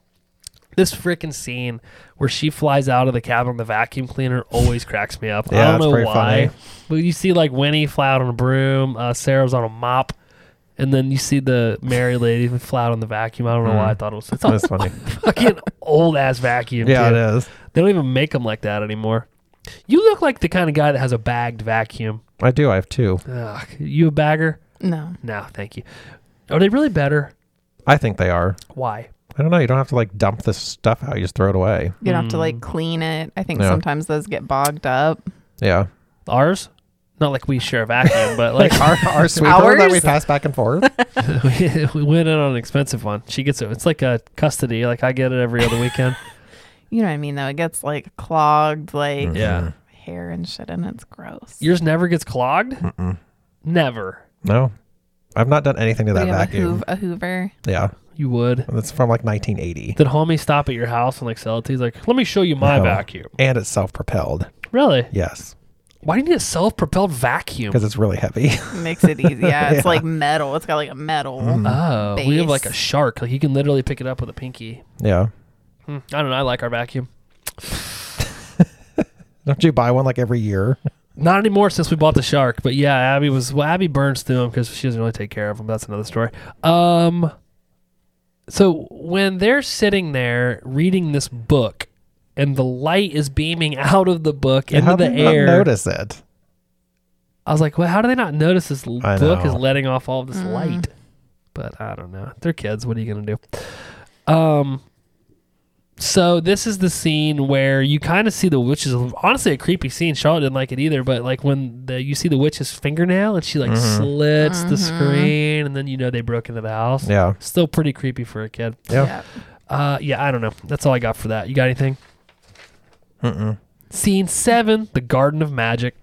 This freaking scene where she flies out of the cabin on the vacuum cleaner always cracks me up.
Yeah,
I don't
it's
know
pretty
why.
funny.
But you see like Winnie fly out on a broom, uh, Sarah's on a mop, and then you see the Mary lady fly out on the vacuum. I don't know why I
Mm.
thought it was [LAUGHS] it's a [LAUGHS]
That's funny.
fucking old ass vacuum.
yeah,
dude.
it is.
They don't even make them like that anymore. You look like the kind of guy that has a bagged vacuum.
I do. I have two.
Ugh, you a bagger?
No.
No, thank you. Are they really better?
I think they are.
Why?
I don't know. You don't have to like dump this stuff out. You just throw it away.
You don't have to like clean it. I think
Mm. Yeah.
sometimes those get bogged up.
Yeah.
Ours? Not like we share a vacuum,
[LAUGHS]
but like [LAUGHS]
our,
[LAUGHS]
our sweeper that we
Ours?
pass back and forth.
we, we went in on an expensive one. She gets it. It's like a custody. Like I get it every other
[LAUGHS]
weekend.
You know what I mean though? It gets like clogged, like
yeah.
hair and shit, and it's gross.
Yours never gets clogged? Never.
No. I've not done anything to
Do
that
you have a,
vacuum.
hoov- a Hoover.
Yeah.
You would.
That's from like 1980.
Did homie stop at your house and like sell it to you? He's like, let me show you my
No.
vacuum.
And it's self propelled.
Really?
Yes.
Why do you need a self propelled vacuum?
Because it's really heavy. [LAUGHS]
Makes it easy. Yeah, it's like metal. It's got like a metal.
Mm.
Oh, we have like a
base.
shark. Like you can literally pick it up with a pinky.
yeah.
Hmm. I don't know. I like our vacuum.
Don't you buy one like every year?
Not anymore since we bought the shark. But yeah, Abby was. Well, Abby burns through them because she doesn't really take care of them. That's another story. Um, so when they're sitting there reading this book, and the light is beaming out of the book into
How
the
did you not
air,
notice it?
I was like, well, how do they not notice this l-
I
book is
know.
letting off all this light? But I don't know. They're kids. What are you gonna do? Um, so this is the scene where you kind of see the which is honestly a creepy scene. Charlotte didn't like it either, but like when the you see the witch's fingernail and she like
Mm-hmm.
slits the screen, and then you know they broke into the house.
Yeah.
Still pretty creepy for a kid.
Yeah.
Uh, yeah, I don't know. That's all I got for that. You got anything?
Mm-mm.
Scene seven, the Garden of Magic.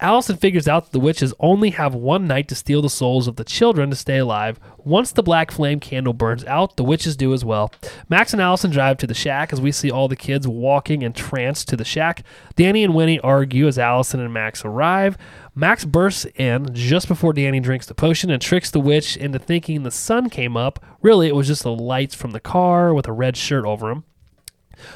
Allison figures out that the witches only have one night to steal the souls of the children to stay alive. Once the black flame candle burns out, the witches do as well. Max and Allison drive to the shack as we see all the kids walking entranced to the shack. Danny and Winnie argue as Allison and Max arrive. Max bursts in just before Danny drinks the potion and tricks the witch into thinking the sun came up. Really, it was just the lights from the car with a red shirt over him.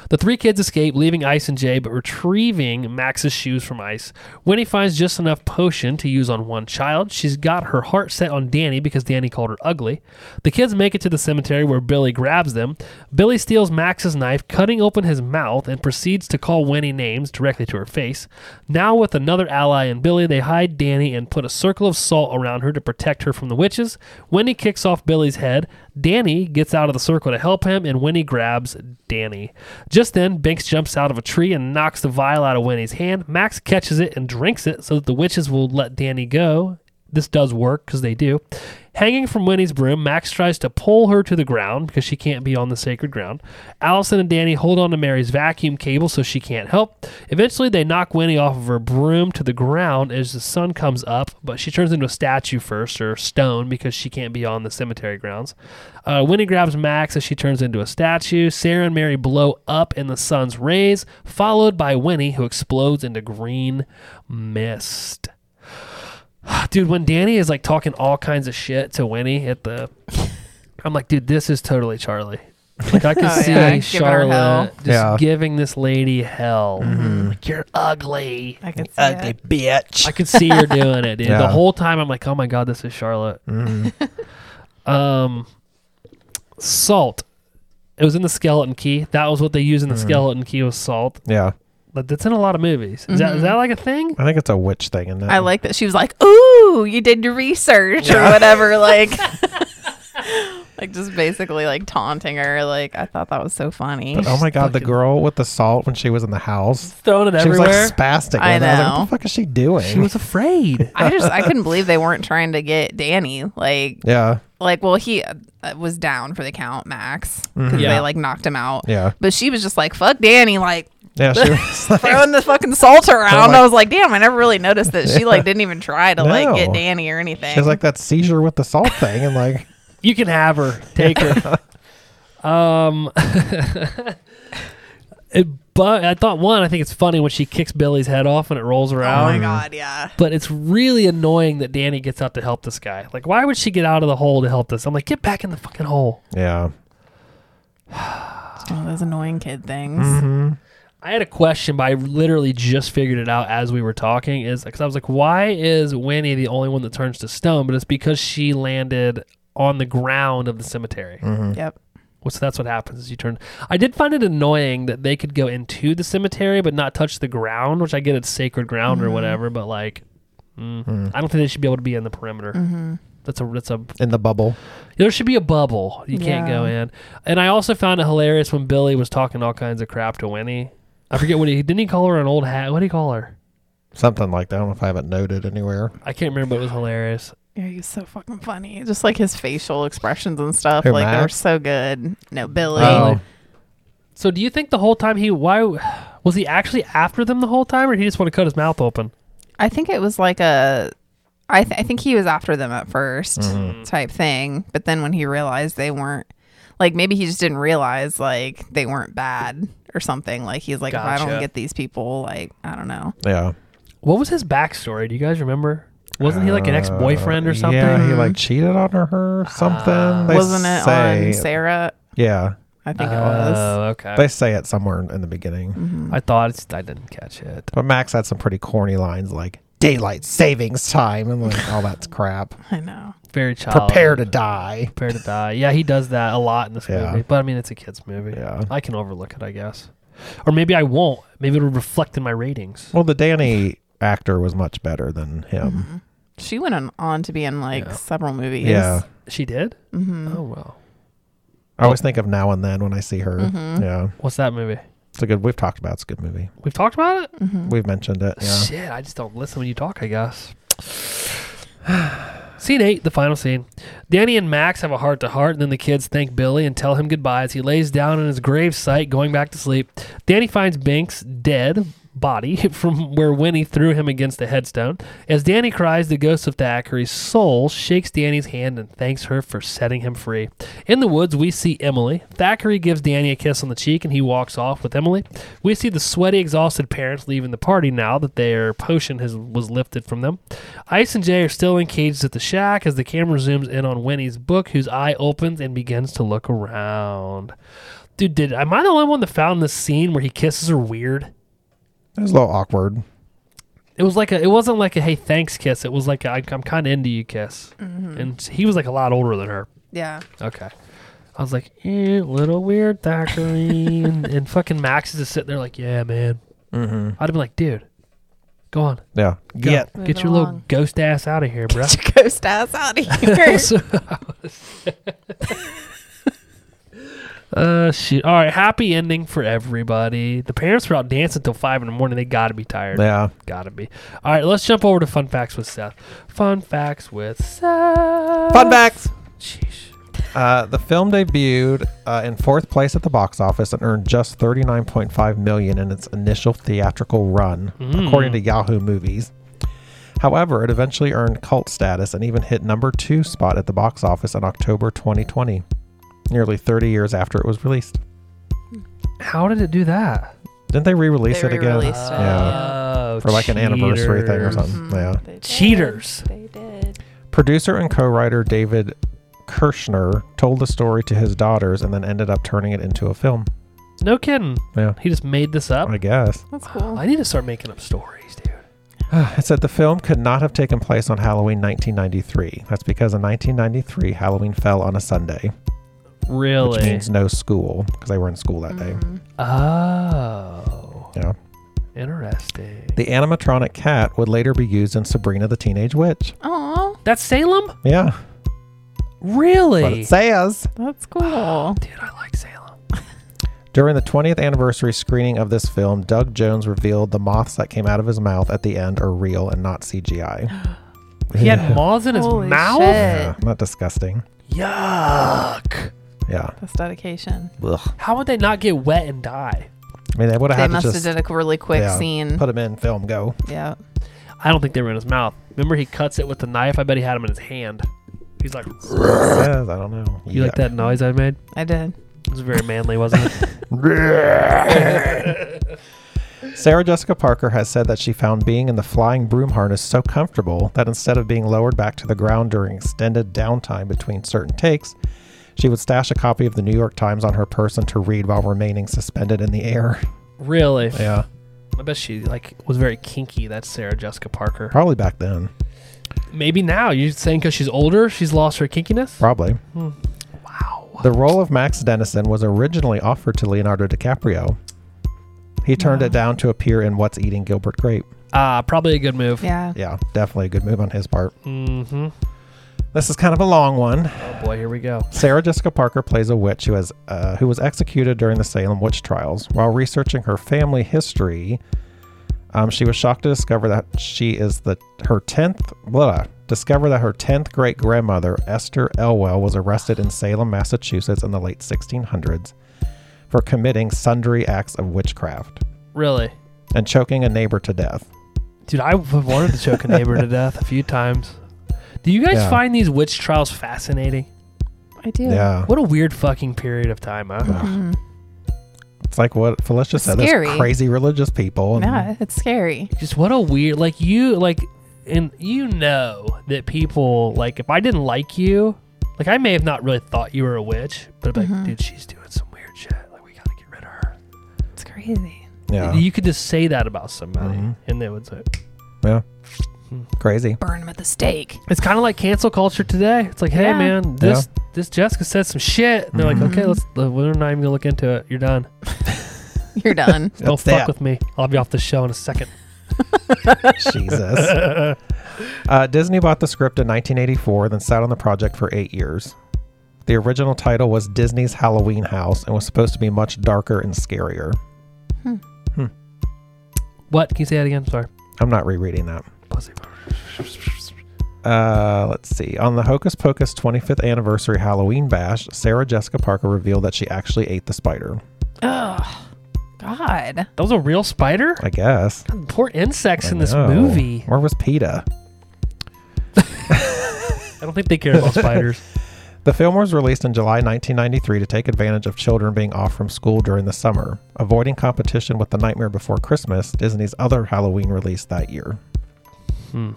The three kids escape, leaving Ice and Jay, but retrieving Max's shoes from Ice. Winnie finds just enough potion to use on one child. She's got her heart set on Danny because Danny called her ugly. The kids make it to the cemetery where Billy grabs them. Billy steals Max's knife, cutting open his mouth, and proceeds to call Winnie names directly to her face. Now, with another ally in Billy, they hide Danny and put a circle of salt around her to protect her from the witches. Winnie kicks off Billy's head. Danny gets out of the circle to help him, and Winnie grabs Danny. Just then, Binks jumps out of a tree and knocks the vial out of Winnie's hand. Max catches it and drinks it so that the witches will let Danny go. This does work because they do. Hanging from Winnie's broom, Max tries to pull her to the ground because she can't be on the sacred ground. Allison and Danny hold on to Mary's vacuum cable so she can't help. Eventually, they knock Winnie off of her broom to the ground as the sun comes up, but she turns into a statue first or stone because she can't be on the cemetery grounds. Uh, Winnie grabs Max as she turns into a statue. Sarah and Mary blow up in the sun's rays, followed by Winnie, who explodes into green mist. [SIGHS] Dude, when Danny is like talking all kinds of shit to Winnie at
[LAUGHS]
the, I'm like, dude, this is totally Charlie. Like I could
[LAUGHS] Oh,
see
yeah, he's giving her hell.
Charlotte just
Yeah.
giving this lady hell.
Mm-hmm.
Like, You're ugly.
I can see
Ugly
Mm-hmm. it.
bitch.
I could see her doing it, dude. The
Yeah.
whole time I'm like, oh my god, this is Charlotte.
[LAUGHS]
Mm.
Um, salt. It was in the skeleton key. That was what they used
Mm-hmm.
in the skeleton key was salt.
Yeah.
But that's in a lot of movies. Is that
Mm-hmm.
is that like a thing?
I think it's a witch thing, isn't it?
I like that she was like, "Ooh, you did your research or whatever,"
[LAUGHS]
like, [LAUGHS] like just basically like taunting her. Like, I thought that was so funny.
But, oh my god, the
fucking-
girl with the salt when she was in the house.
Throwing it
She
everywhere.
was like spastic.
I
with it. I was like,
know.
what the fuck is she doing?
she was
[LAUGHS]
afraid.
I just I couldn't believe they weren't trying to get Danny. Like,
yeah.
like well, he uh, was down for the count, Max, because
Yeah.
they like knocked him out.
Mm-hmm. Yeah.
But she was just like, "Fuck Danny!"
[LAUGHS]
Like [LAUGHS]
Yeah. She was like,
throwing the fucking salt around.
like-
I was like, "Damn!" I never really noticed that she
[LAUGHS]
like didn't even try to like
No.
get Danny or anything.
she was like that seizure with the salt thing,
[LAUGHS]
and like,
You can have her. Take
[LAUGHS]
her. um [LAUGHS] it, but I thought one, I think it's funny when she kicks Billy's head off and it rolls
"Oh
um,
around.
my god, yeah."
But it's really annoying that Danny gets out to help this guy. Like, why would she get out of the hole to help this? I'm like, get back in the fucking hole.
yeah.
It's one of those annoying kid things.
Mm-hmm.
I had a question, but I literally just figured it out as we were talking. Is because I was like, why is Winnie the only one that turns to stone? But it's because she landed on the ground of the cemetery.
Yep.
Well, So that's what happens is you turn. I did find it annoying that they could go into the cemetery but not touch the ground, which I get it's sacred ground or whatever. But like, mm, I don't think they should be able to be in the perimeter. That's a that's a
In the bubble.
there should be a bubble you can't
Yeah.
go in. And I also found it hilarious when Billy was talking all kinds of crap to Winnie. I forget what he didn't he call her an old hat. What did he call her?
Something like that. I don't know if I have it noted anywhere.
I can't remember. but It was hilarious.
Yeah, he's so fucking funny. Just like his facial expressions and stuff,
Who,
like they were
Max?
so good. No, Billy.
Oh.
So do you think the whole time he why was he actually after them the whole time, or he just want to cut his mouth open?
I think it was like a. I, th- I think he was after them at 1st
Mm-hmm.
type thing, but then when he realized they weren't, like maybe he just didn't realize like they weren't bad or something. Like he's like, if I
Gotcha.
don't get these people, like I don't know.
Yeah.
What was his backstory? Do you guys remember? Wasn't he like an ex boyfriend or something?
Uh, Yeah, he like cheated on her, her something. They
Uh, Wasn't it
say-
on Sarah?
Yeah,
I think it was.
Oh, okay.
they say it somewhere in in the beginning.
Mm-hmm.
I thought it's, I didn't catch it.
But Max had some pretty corny lines like "daylight savings time" and like all that
[LAUGHS]
crap.
I know.
Very
Oh,
child.
Prepare to die.
Prepare to die. Yeah, he does that a lot in this
Yeah.
movie. But I mean, it's a kids movie.
Yeah.
I can overlook it, I guess. Or maybe I won't. Maybe it'll reflect in my ratings.
Well, the Danny actor was much better than
Mm-hmm.
him.
She went on, on to be in like several movies.
Yeah,
She did?
hmm
Oh, well.
I always think of now and then when I see her.
Mhm.
Yeah,
What's that movie?
it's a good. We've talked about. it. It's a good movie.
We've talked about it.
Mm-hmm.
We've mentioned it. Yeah.
Shit, I just don't listen when you talk. I guess. [SIGHS] scene eight, the final scene. Danny and Max have a heart to heart, and then the kids thank Billy and tell him goodbye as he lays down in his grave site, going back to sleep. Danny finds Binks dead body [LAUGHS] from where Winnie threw him against the headstone. As Danny cries, the ghost of Thackeray's soul shakes Danny's hand and thanks her for setting him free. In the woods, we see Emily. Thackeray gives Danny a kiss on the cheek and he walks off with Emily. We see the sweaty, exhausted parents leaving the party now that their potion has was lifted from them. Ice and Jay are still encaged at the shack as the camera zooms in on Winnie's book, whose eye opens and begins to look around. Dude, did am I the only one that found this scene where he kisses her weird?
It was a little awkward.
It was like a, it wasn't like a hey thanks kiss. It was like a, I, I'm kind of into you kiss. And he was like a lot older than her.
Yeah.
Okay. I was like, eh, little weird Thackeray, and, and fucking Max is just sitting there like, yeah, man.
Mm-hmm.
I'd have been like, dude, go on,
Yeah.
go.
Get
Move
get
it
your little
along.
ghost ass out of here, bro.
[LAUGHS] Get your ghost ass out
[LAUGHS]
of here.
[LAUGHS] uh, shit. All right, happy ending for everybody. The parents were out dancing till five in the morning. They gotta be tired.
Yeah.
Gotta be. All right, let's jump over to fun facts with Seth. Fun facts with Seth.
Fun facts.
Sheesh.
Uh, the film debuted uh, in fourth place at the box office and earned just 39.5 million in its initial theatrical run,
Mm.
according to Yahoo Movies. However, it eventually earned cult status and even hit number two spot at the box office in October 2020, nearly 30 years after it was released.
How did it do that?
Didn't they re-release
They
it again
re-released it, Yeah.
Oh,
for like an anniversary thing or
cheaters.
something? Yeah.
Mm-hmm. They did.
Cheaters.
They did.
Producer and co-writer David Kirshner told the story to his daughters and then ended up turning it into a film.
No kidding.
Yeah,
He just made this up.
I guess. [SIGHS]
That's
Wow,
cool.
I need to start making up stories, dude.
It said the film could not have taken place on Halloween 1993. That's because in 1993 Halloween fell on a Sunday,
Really? Mm.
which means no school because they were in school that eh? day.
Mm-hmm.
oh,
Yeah.
interesting.
The animatronic cat would later be used in Sabrina the Teenage Witch.
Aw,
That's Salem?
Yeah, but
Really?
it says.
that's
[SIGHS]
cool.
Dude, I like Salem.
During the 20th anniversary screening of this film, Doug Jones revealed the moths that came out of his mouth at the end are real and not
[GASPS]
CGI.
He had moths in his
Holy
mouth?
shit.
Yeah, not disgusting.
Yuck.
Yeah.
That's dedication.
How would they not get wet and die?
I mean, they would have
they
had to
must have
just
did a really quick
yeah,
scene.
put him in, film, [LAUGHS] go.
yeah.
I don't think they were in his mouth. Remember, he cuts it with the knife? I bet he had them in his hand. He's like,
Says, I don't know.
you like that noise I made?
I did.
It was very manly, wasn't it?
[LAUGHS] Sarah Jessica Parker has said that she found being in the flying broom harness so comfortable that instead of being lowered back to the ground during extended downtime between certain takes, she would stash a copy of the New York Times on her person to read while remaining suspended in the air.
really?
Yeah,
I bet she like was very kinky. That's Sarah Jessica Parker.
probably back then.
Maybe now you're saying because she's older, she's lost her kinkiness.
Probably.
Wow.
The role of Max Dennison was originally offered to Leonardo DiCaprio. He turned it down to appear in What's Eating Gilbert Grape.
Ah, probably a good move.
Yeah.
Yeah, definitely a good move on his part.
Mm-hmm.
This is kind of a long one.
Oh boy, here we go.
Sarah Jessica Parker plays a witch who has uh, who was executed during the Salem witch trials. While researching her family history, um, she was shocked to discover that she is the her tenth blah discover that her tenth great grandmother Esther Elwell was arrested in Salem, Massachusetts, in the late 1600s for committing sundry acts of witchcraft
Really,
and choking a neighbor to death.
dude, I have wanted to choke a neighbor to death a few times. Do you guys
Yeah.
find these witch trials fascinating?
I do.
Yeah,
What a weird fucking period of time, huh?
Mhm.
it's like what Felicia said. There's
Scary.
crazy religious people. and-
Yeah, it's scary.
Just what a weird like you like, and you know that people like if I didn't like you, like I may have not really thought you were a witch, but I'd be like, dude, she's doing some weird shit. Like we gotta get rid of her.
It's crazy.
yeah,
You could just say that about somebody,
Mhm.
and they would say. [LAUGHS]
yeah, crazy.
Burn him at the stake.
It's kind of like cancel culture today. It's like, hey
Yeah.
man, this this Jessica said some shit. And they're
Mm-hmm.
like, okay, let's uh, we're not even gonna look into it. You're done.
[LAUGHS] You're [LAUGHS] done.
Don't fuck
That's that.
with me. I'll be off the show in a second.
[LAUGHS]
[LAUGHS]
Jesus. Uh, Disney bought the script in 1984, then sat on the project for eight years. The original title was Disney's Halloween House and was supposed to be much darker and scarier.
What? Can you say that again? Sorry.
I'm not rereading that. Uh, let's see. On the Hocus Pocus 25th anniversary Halloween bash, Sarah Jessica Parker revealed that she actually ate the spider.
Oh, God.
That was a real spider?
I guess.
Poor insects
I
in this
know.
movie.
Where was PETA?
I don't think they care
[LAUGHS]
about spiders.
The film was released in July 1993 to take advantage of children being off from school during the summer, avoiding competition with The Nightmare Before Christmas, Disney's other Halloween release that year.
Hmm.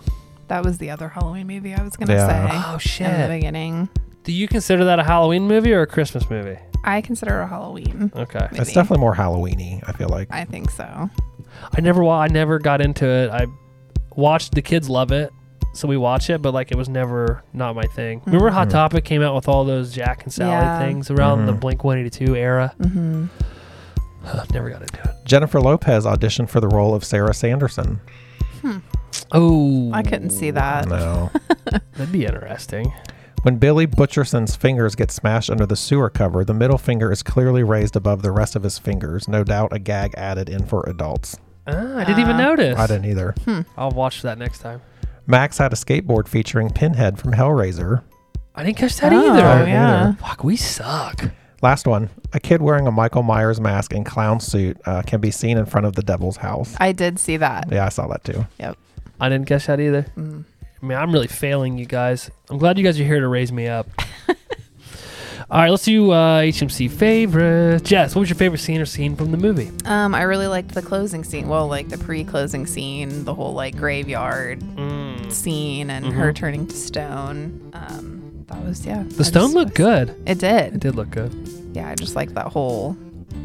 That was the other Halloween movie I was going to
Yeah.
Oh,
say in the
shit.
beginning.
Do you consider that a Halloween movie or a Christmas movie?
I consider it a Halloween.
Okay.
It's
movie.
definitely more Halloweeny, I feel like.
I think so.
I never wa- I never got into it. I watched the kids love it, so we watch it, but like it was never not my thing. Remember Hot
Mhm.
Topic came out with all those Jack and Sally
Yeah.
things around the
Mhm.
Blink 182 era?
Mm-hmm.
never got into it.
Jennifer Lopez auditioned for the role of Sarah Sanderson.
Oh,
I couldn't see that.
No.
That'd be interesting.
When Billy Butcherson's fingers get smashed under the sewer cover, the middle finger is clearly raised above the rest of his fingers. No doubt a gag added in for adults.
Ah, I didn't even
Uh,
notice.
I didn't either.
Hmm,
I'll watch that next time.
Max had a skateboard featuring Pinhead from Hellraiser.
I didn't catch that
Oh,
either.
yeah.
Fuck, we suck.
Last one. A kid wearing a Michael Myers mask and clown suit uh, can be seen in front of the devil's house.
I did see that.
Yeah, I saw that too.
I didn't catch that either.
Mm.
I mean, I'm really failing you guys. I'm glad you guys are here to raise me up. All right, let's do uh, HMC favorites. Jess, what was your favorite scene or scene from the movie?
Um, I really liked the closing scene. Well, like the pre-closing scene, the whole like graveyard scene, and her turning to stone. Um, that was yeah.
Mm-hmm. The stone looked good.
It did.
It did look good.
Yeah, I just like that
[LAUGHS]
whole.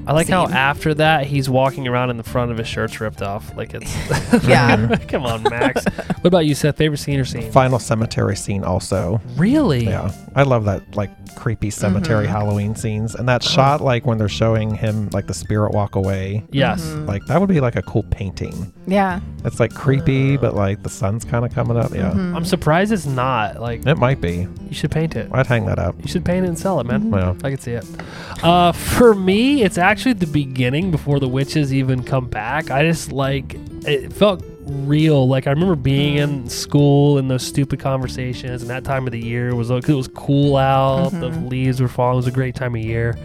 I like how
Scene.
after that he's walking around and the front of his shirt's ripped off. Like it's
Yeah.
come on, Max. what about you, Seth? Favorite scene or scene?
Final cemetery scene also.
Really?
Yeah. I love that like creepy cemetery Halloween scenes. And
Uh-huh.
that shot like when they're showing him like the spirit walk away.
[LAUGHS] Yes.
Mm-hmm.
Like that would be like a cool painting.
yeah.
It's like creepy, but like the sun's kind of coming up. Yeah.
I'm surprised it's not. Like
It might be.
you should paint it.
I'd hang that up.
You should paint it and sell it, man.
Yeah.
I could see it. Uh, for me, it's actually the beginning before the witches even come back. I just like it felt real. Like I remember being in school and those stupid conversations, and that time of the year was like it was cool out. The leaves were falling. It was a great time of year.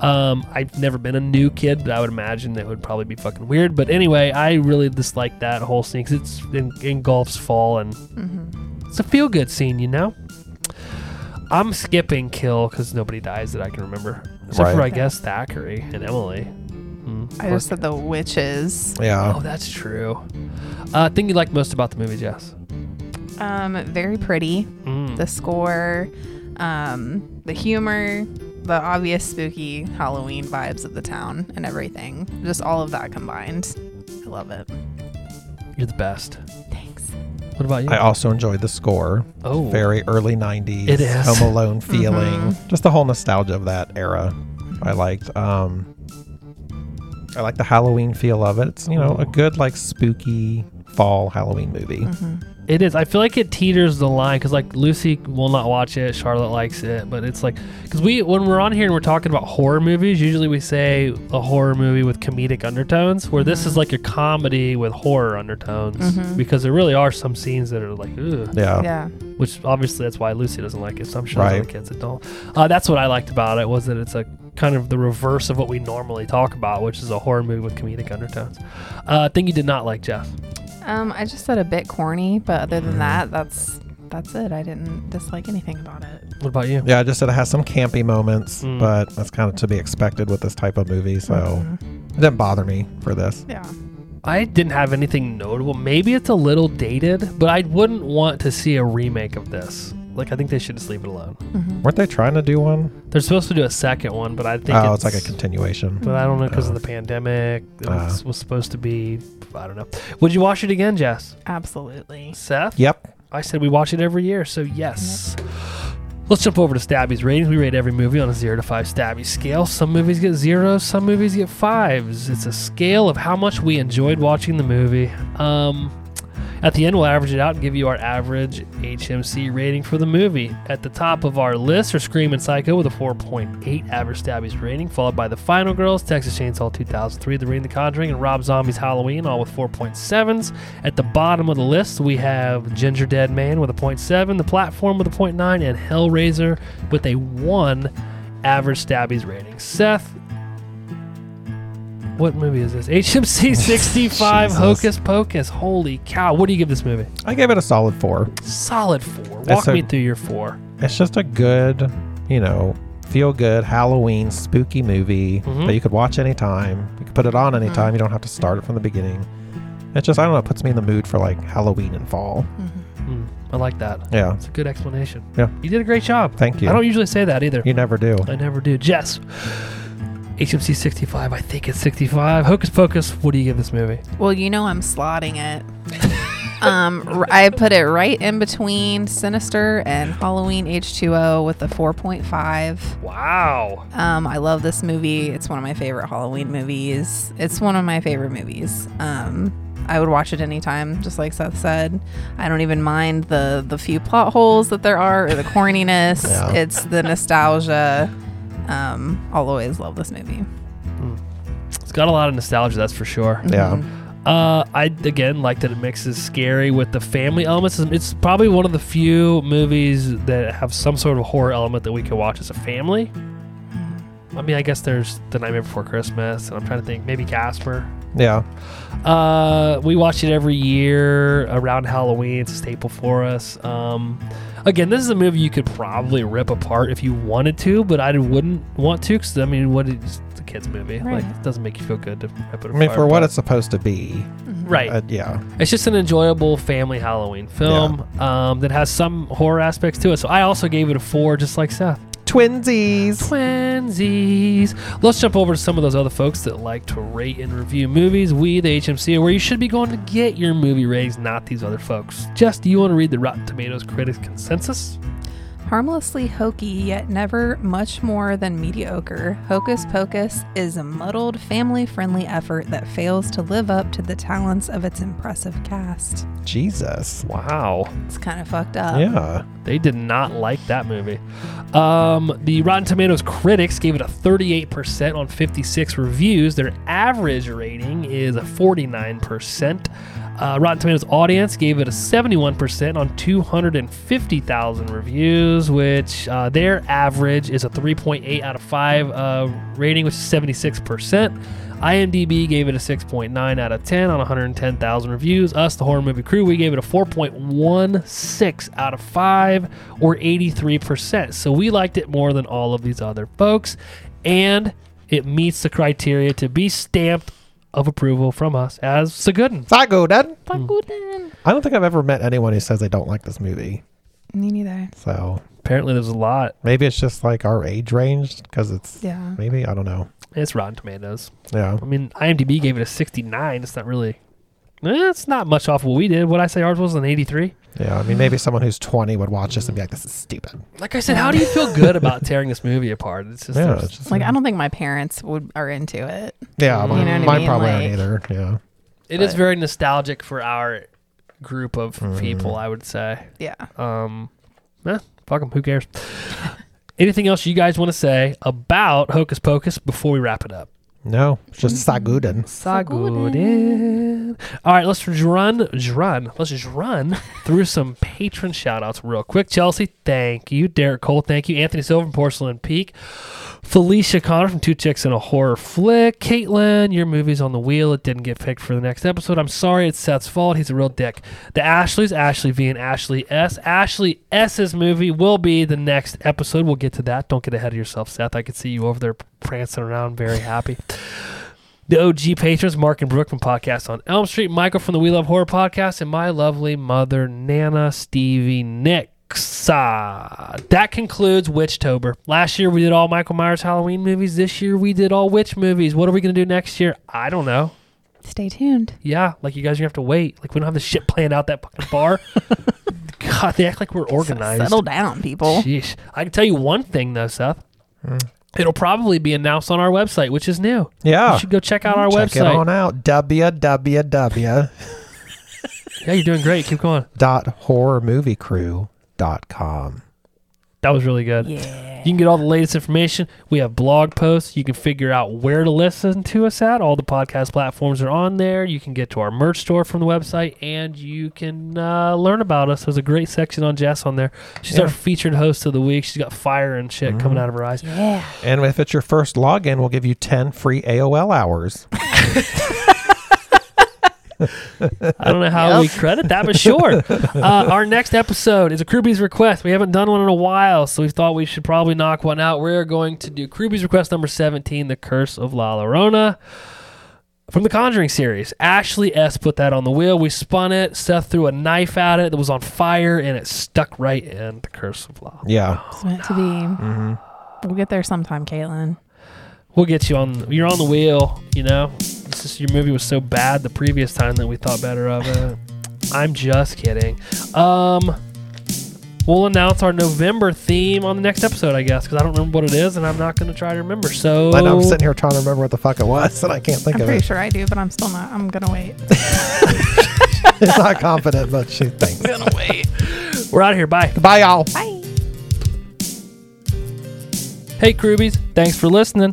Um, I've never been a new kid, but I would imagine that would probably be fucking weird. But anyway, I really dislike that whole scene because it en- engulfs fall and
Mm-hmm.
it's a feel good scene, you know. I'm skipping kill because nobody dies that I can remember, except for
Right.
I guess Thackeray and Emily. Mm,
I
or-
just said the witches.
oh,
Yeah.
that's true. Uh, thing you like most about the movie, Jess?
Um, very pretty.
Mm.
The score, um, the humor, the obvious spooky Halloween vibes of the town and everything. Just all of that combined. I love it.
You're the best.
Thanks.
What about you?
I also enjoyed the score.
oh,
Very early 90s.
It is.
Home Alone feeling. Just the whole nostalgia of that era. I liked. Um, I like the Halloween feel of it. It's, you know, a good, like, spooky fall Halloween movie.
Mm. Mm-hmm.
it is. I feel like it teeters the line because like Lucy will not watch it, Charlotte likes it, but it's like because we when we're on here and we're talking about horror movies, usually we say a horror movie with comedic undertones, where this is like a comedy with horror undertones because there really are some scenes that are like, Ugh.
Yeah.
Yeah.
which obviously that's why Lucy doesn't like it. So I'm sure
Right.
there's other kids that don't. Uh, that's what I liked about it was that it's a kind of the reverse of what we normally talk about, which is a horror movie with comedic undertones. Uh, thing you did not like, Jeff.
Um, I just said a bit corny, but other than that, that's that's it. I didn't dislike anything about it.
What about you?
Yeah, I just said it has some campy moments,
Mm. Mm-hmm.
but that's kind of to be expected with this type of movie. So it didn't bother me for this.
mm-hmm. Yeah.
I didn't have anything notable. Maybe it's a little dated, but I wouldn't want to see a remake of this. Like I think they should just leave it alone.
Mm-hmm.
Weren't they trying to do one?
They're supposed to do a second one, but I think
oh, it's, like a Oh. continuation.
but I don't know because of the pandemic. It
Uh.
was, was supposed to be. I don't know. Would you watch it again, Jess?
Absolutely.
Seth?
Yep.
I said we watch it every year, so yes. Let's jump over to Stabby's ratings. We rate every movie on a zero to five Stabby scale. Some movies get zeros, some movies get fives. It's a scale of how much we enjoyed watching the movie. Um, At the end, we'll average it out and give you our average HMC rating for the movie. At the top of our list are Scream and Psycho with a 4.8 average Stabbies rating, followed by The Final Girls, Texas Chainsaw 2003, The Ring, The Conjuring, and Rob Zombie's Halloween, all with 4.7s. At the bottom of the list, we have Ginger Dead Man with a 0.7, The Platform with a 0.9, and Hellraiser with a 1 average Stabbies rating. Seth, what movie is this? [LAUGHS]
[LAUGHS]
HMC 65
Jesus.
Hocus Pocus. Holy cow. What do you give this movie?
I gave it a solid four.
Solid four. Walk
That's a-
me through your four.
It's just a good, you know, feel good Halloween spooky movie
Mhm.
that you could watch anytime. You could put it on
Mm-hmm.
anytime. You don't have to start it from the beginning. It's just, I don't know, it puts me in the mood for like Halloween and fall.
Mm, I like that.
Yeah.
That's a good explanation.
Yeah.
You did a great job.
Thank you.
I don't usually say that either.
You never do.
I never do. Jess, HMC 65. I think it's 65. Hocus Pocus. What do you give this movie?
Well, you know I'm slotting it. [LAUGHS] um, r- I put it right in between Sinister and Halloween H2O with a 4.5.
Wow.
Um, I love this movie. It's one of my favorite Halloween movies. It's one of my favorite movies. Um, I would watch it anytime, just like Seth said. I don't even mind the the few plot holes that there are or the corniness.
Yeah.
It's the nostalgia. Um, I'll always love this movie.
It's got a lot of nostalgia, that's for sure.
Yeah.
Uh, I again like that it mixes scary with the family elements. It's- It's probably one of the few movies that have some sort of horror element that we can watch as a family. I mean, I guess there's The Nightmare Before Christmas, and I'm trying to think, maybe Casper.
Yeah.
Uh, we watch it every year around Halloween. It's a staple for us. Um, again, this is a movie you could probably rip apart if you wanted to, but I wouldn't want to because I mean, what is it's a kids' movie?
Right.
Like, it doesn't make you feel good to rip it
I mean,
apart,
for what
but-
it's supposed to be.
Mm-hmm.
right.
Uh, yeah.
It's just an enjoyable family Halloween film um, that has some horror aspects to it. So I also gave it a four, just like Seth.
Twinsies.
Twinsies. Let's jump over to some of those other folks that like to rate and review movies. We, the HMC, are where you should be going to get your movie ratings, not these other folks. Jess, do you want to read the Rotten Tomatoes critics consensus?
Harmlessly hokey, yet never much more than mediocre, Hocus Pocus is a muddled, family friendly effort that fails to live up to the talents of its impressive cast.
Jesus.
Wow.
It's kind of fucked
Uh,
up.
Yeah.
They did not like that movie. Um, the Rotten Tomatoes critics gave it a 38% on 56 reviews. Their average rating is a 49%. Uh, Rotten Tomatoes audience gave it a 71% on 250,000 reviews, which uh, their average is a 3.8 out of 5 uh, rating, which is 76%. IMDb gave it a 6.9 out of 10 on 110,000 reviews. Us, the horror movie crew, we gave it a 4.16 out of 5 or 83%. So we liked it more than all of these other folks. And it meets the criteria to be stamped of approval from us as Sagudin.
I go, Dad.
Pagodan.
I don't think I've ever met anyone who says they don't like this movie.
Me neither.
So
Apparently, there's a lot.
maybe it's just like our age range because it's
Yeah.
maybe, I don't know.
It's Rotten Tomatoes.
Yeah.
I mean, IMDb gave it a 69. It's not really. eh, It's not much off what we did. What I say ours was an 83.
Yeah. I mean, maybe someone who's 20 would watch this and be like, this is stupid.
Like I said, how do you feel good about tearing this movie apart? It's just,
Yeah.
there's-
it's just-
Like I don't think my parents would are into it.
yeah.
you
mine
know what I
mine
mean?
probably
Like-
aren't either. Yeah.
It is
but-
very nostalgic for our group of people, I would say.
Yeah.
Um, eh, fuck 'em, who cares? [LAUGHS] Anything else you guys want to say about Hocus Pocus before we wrap it up?
No, it's just Sagudin.
Sagudin. All right, let's just run, just run. Let's just run [LAUGHS] through some patron shout outs real quick. Chelsea, thank you. Derek Cole, thank you. Anthony Silver from Porcelain Peak. Felicia Connor from Two Chicks and a Horror Flick. Caitlin, your movie's on the wheel. It didn't get picked for the next episode. I'm sorry. It's Seth's fault. He's a real dick. The Ashleys, Ashley V and Ashley S. Ashley S.'s movie will be the next episode. We'll get to that. Don't get ahead of yourself, Seth. I can see you over there prancing around very happy. The OG patrons, Mark and Brooke from Podcast on Elm Street, Michael from the We Love Horror Podcast, and my lovely mother, Nana Stevie Nix. Ah, that concludes Witchtober. Last year we did all Michael Myers Halloween movies. This year we did all witch movies. What are we going to do next year? I don't know.
Stay tuned.
Yeah, like you guys are going to have to wait. Like we don't have the shit planned out that fucking bar. God, they act like we're organized.
Settle down, people.
Sheesh. I can tell you one thing though, Seth. It'll probably be announced on our website, which is new. You
Yeah.
should go check out our
Check
website.
it on out. www.
Yeah, you're doing great. Keep going.
www.horrormoviecrew.com.
That was really good.
Yeah.
You can get all the latest information. We have blog posts. You can figure out where to listen to us at. All the podcast platforms are on there. You can get to our merch store from the website, and you can uh, learn about us. There's a great section on Jess on there. She's our
Yeah.
featured host of the week. She's got fire and shit coming out of her eyes.
And if it's your first login, we'll give you 10 free AOL hours.
I don't know how we credit that, but sure. uh, our next episode is a Kruby's request. We haven't done one in a while, so we thought we should probably knock one out. We're going to do Kruby's request number 17, The Curse of La Llorona. From the Conjuring series, Ashley S. put that on the wheel. We spun it. Seth threw a knife at it that was on fire, and it stuck right in the curse of law.
Yeah. Mm-hmm.
It's meant to be.
Mm.
We'll get there sometime, Caitlin.
We'll get you on. You're on the wheel. You know, this is, your movie was so bad the previous time that we thought better of it. I'm just kidding. Um, we'll announce our November theme on the next episode, I guess, because I don't remember what it is, and I'm not going to try to remember. So
And I'm sitting here trying to remember what the fuck it was, and I can't think
I'm
of
pretty
it.
sure I do, but I'm still not. I'm gonna wait. [LAUGHS]
She's not confident, but she thinks.
we're out of here. Bye.
Bye, y'all.
Bye.
Hey, Krubies, thanks for listening.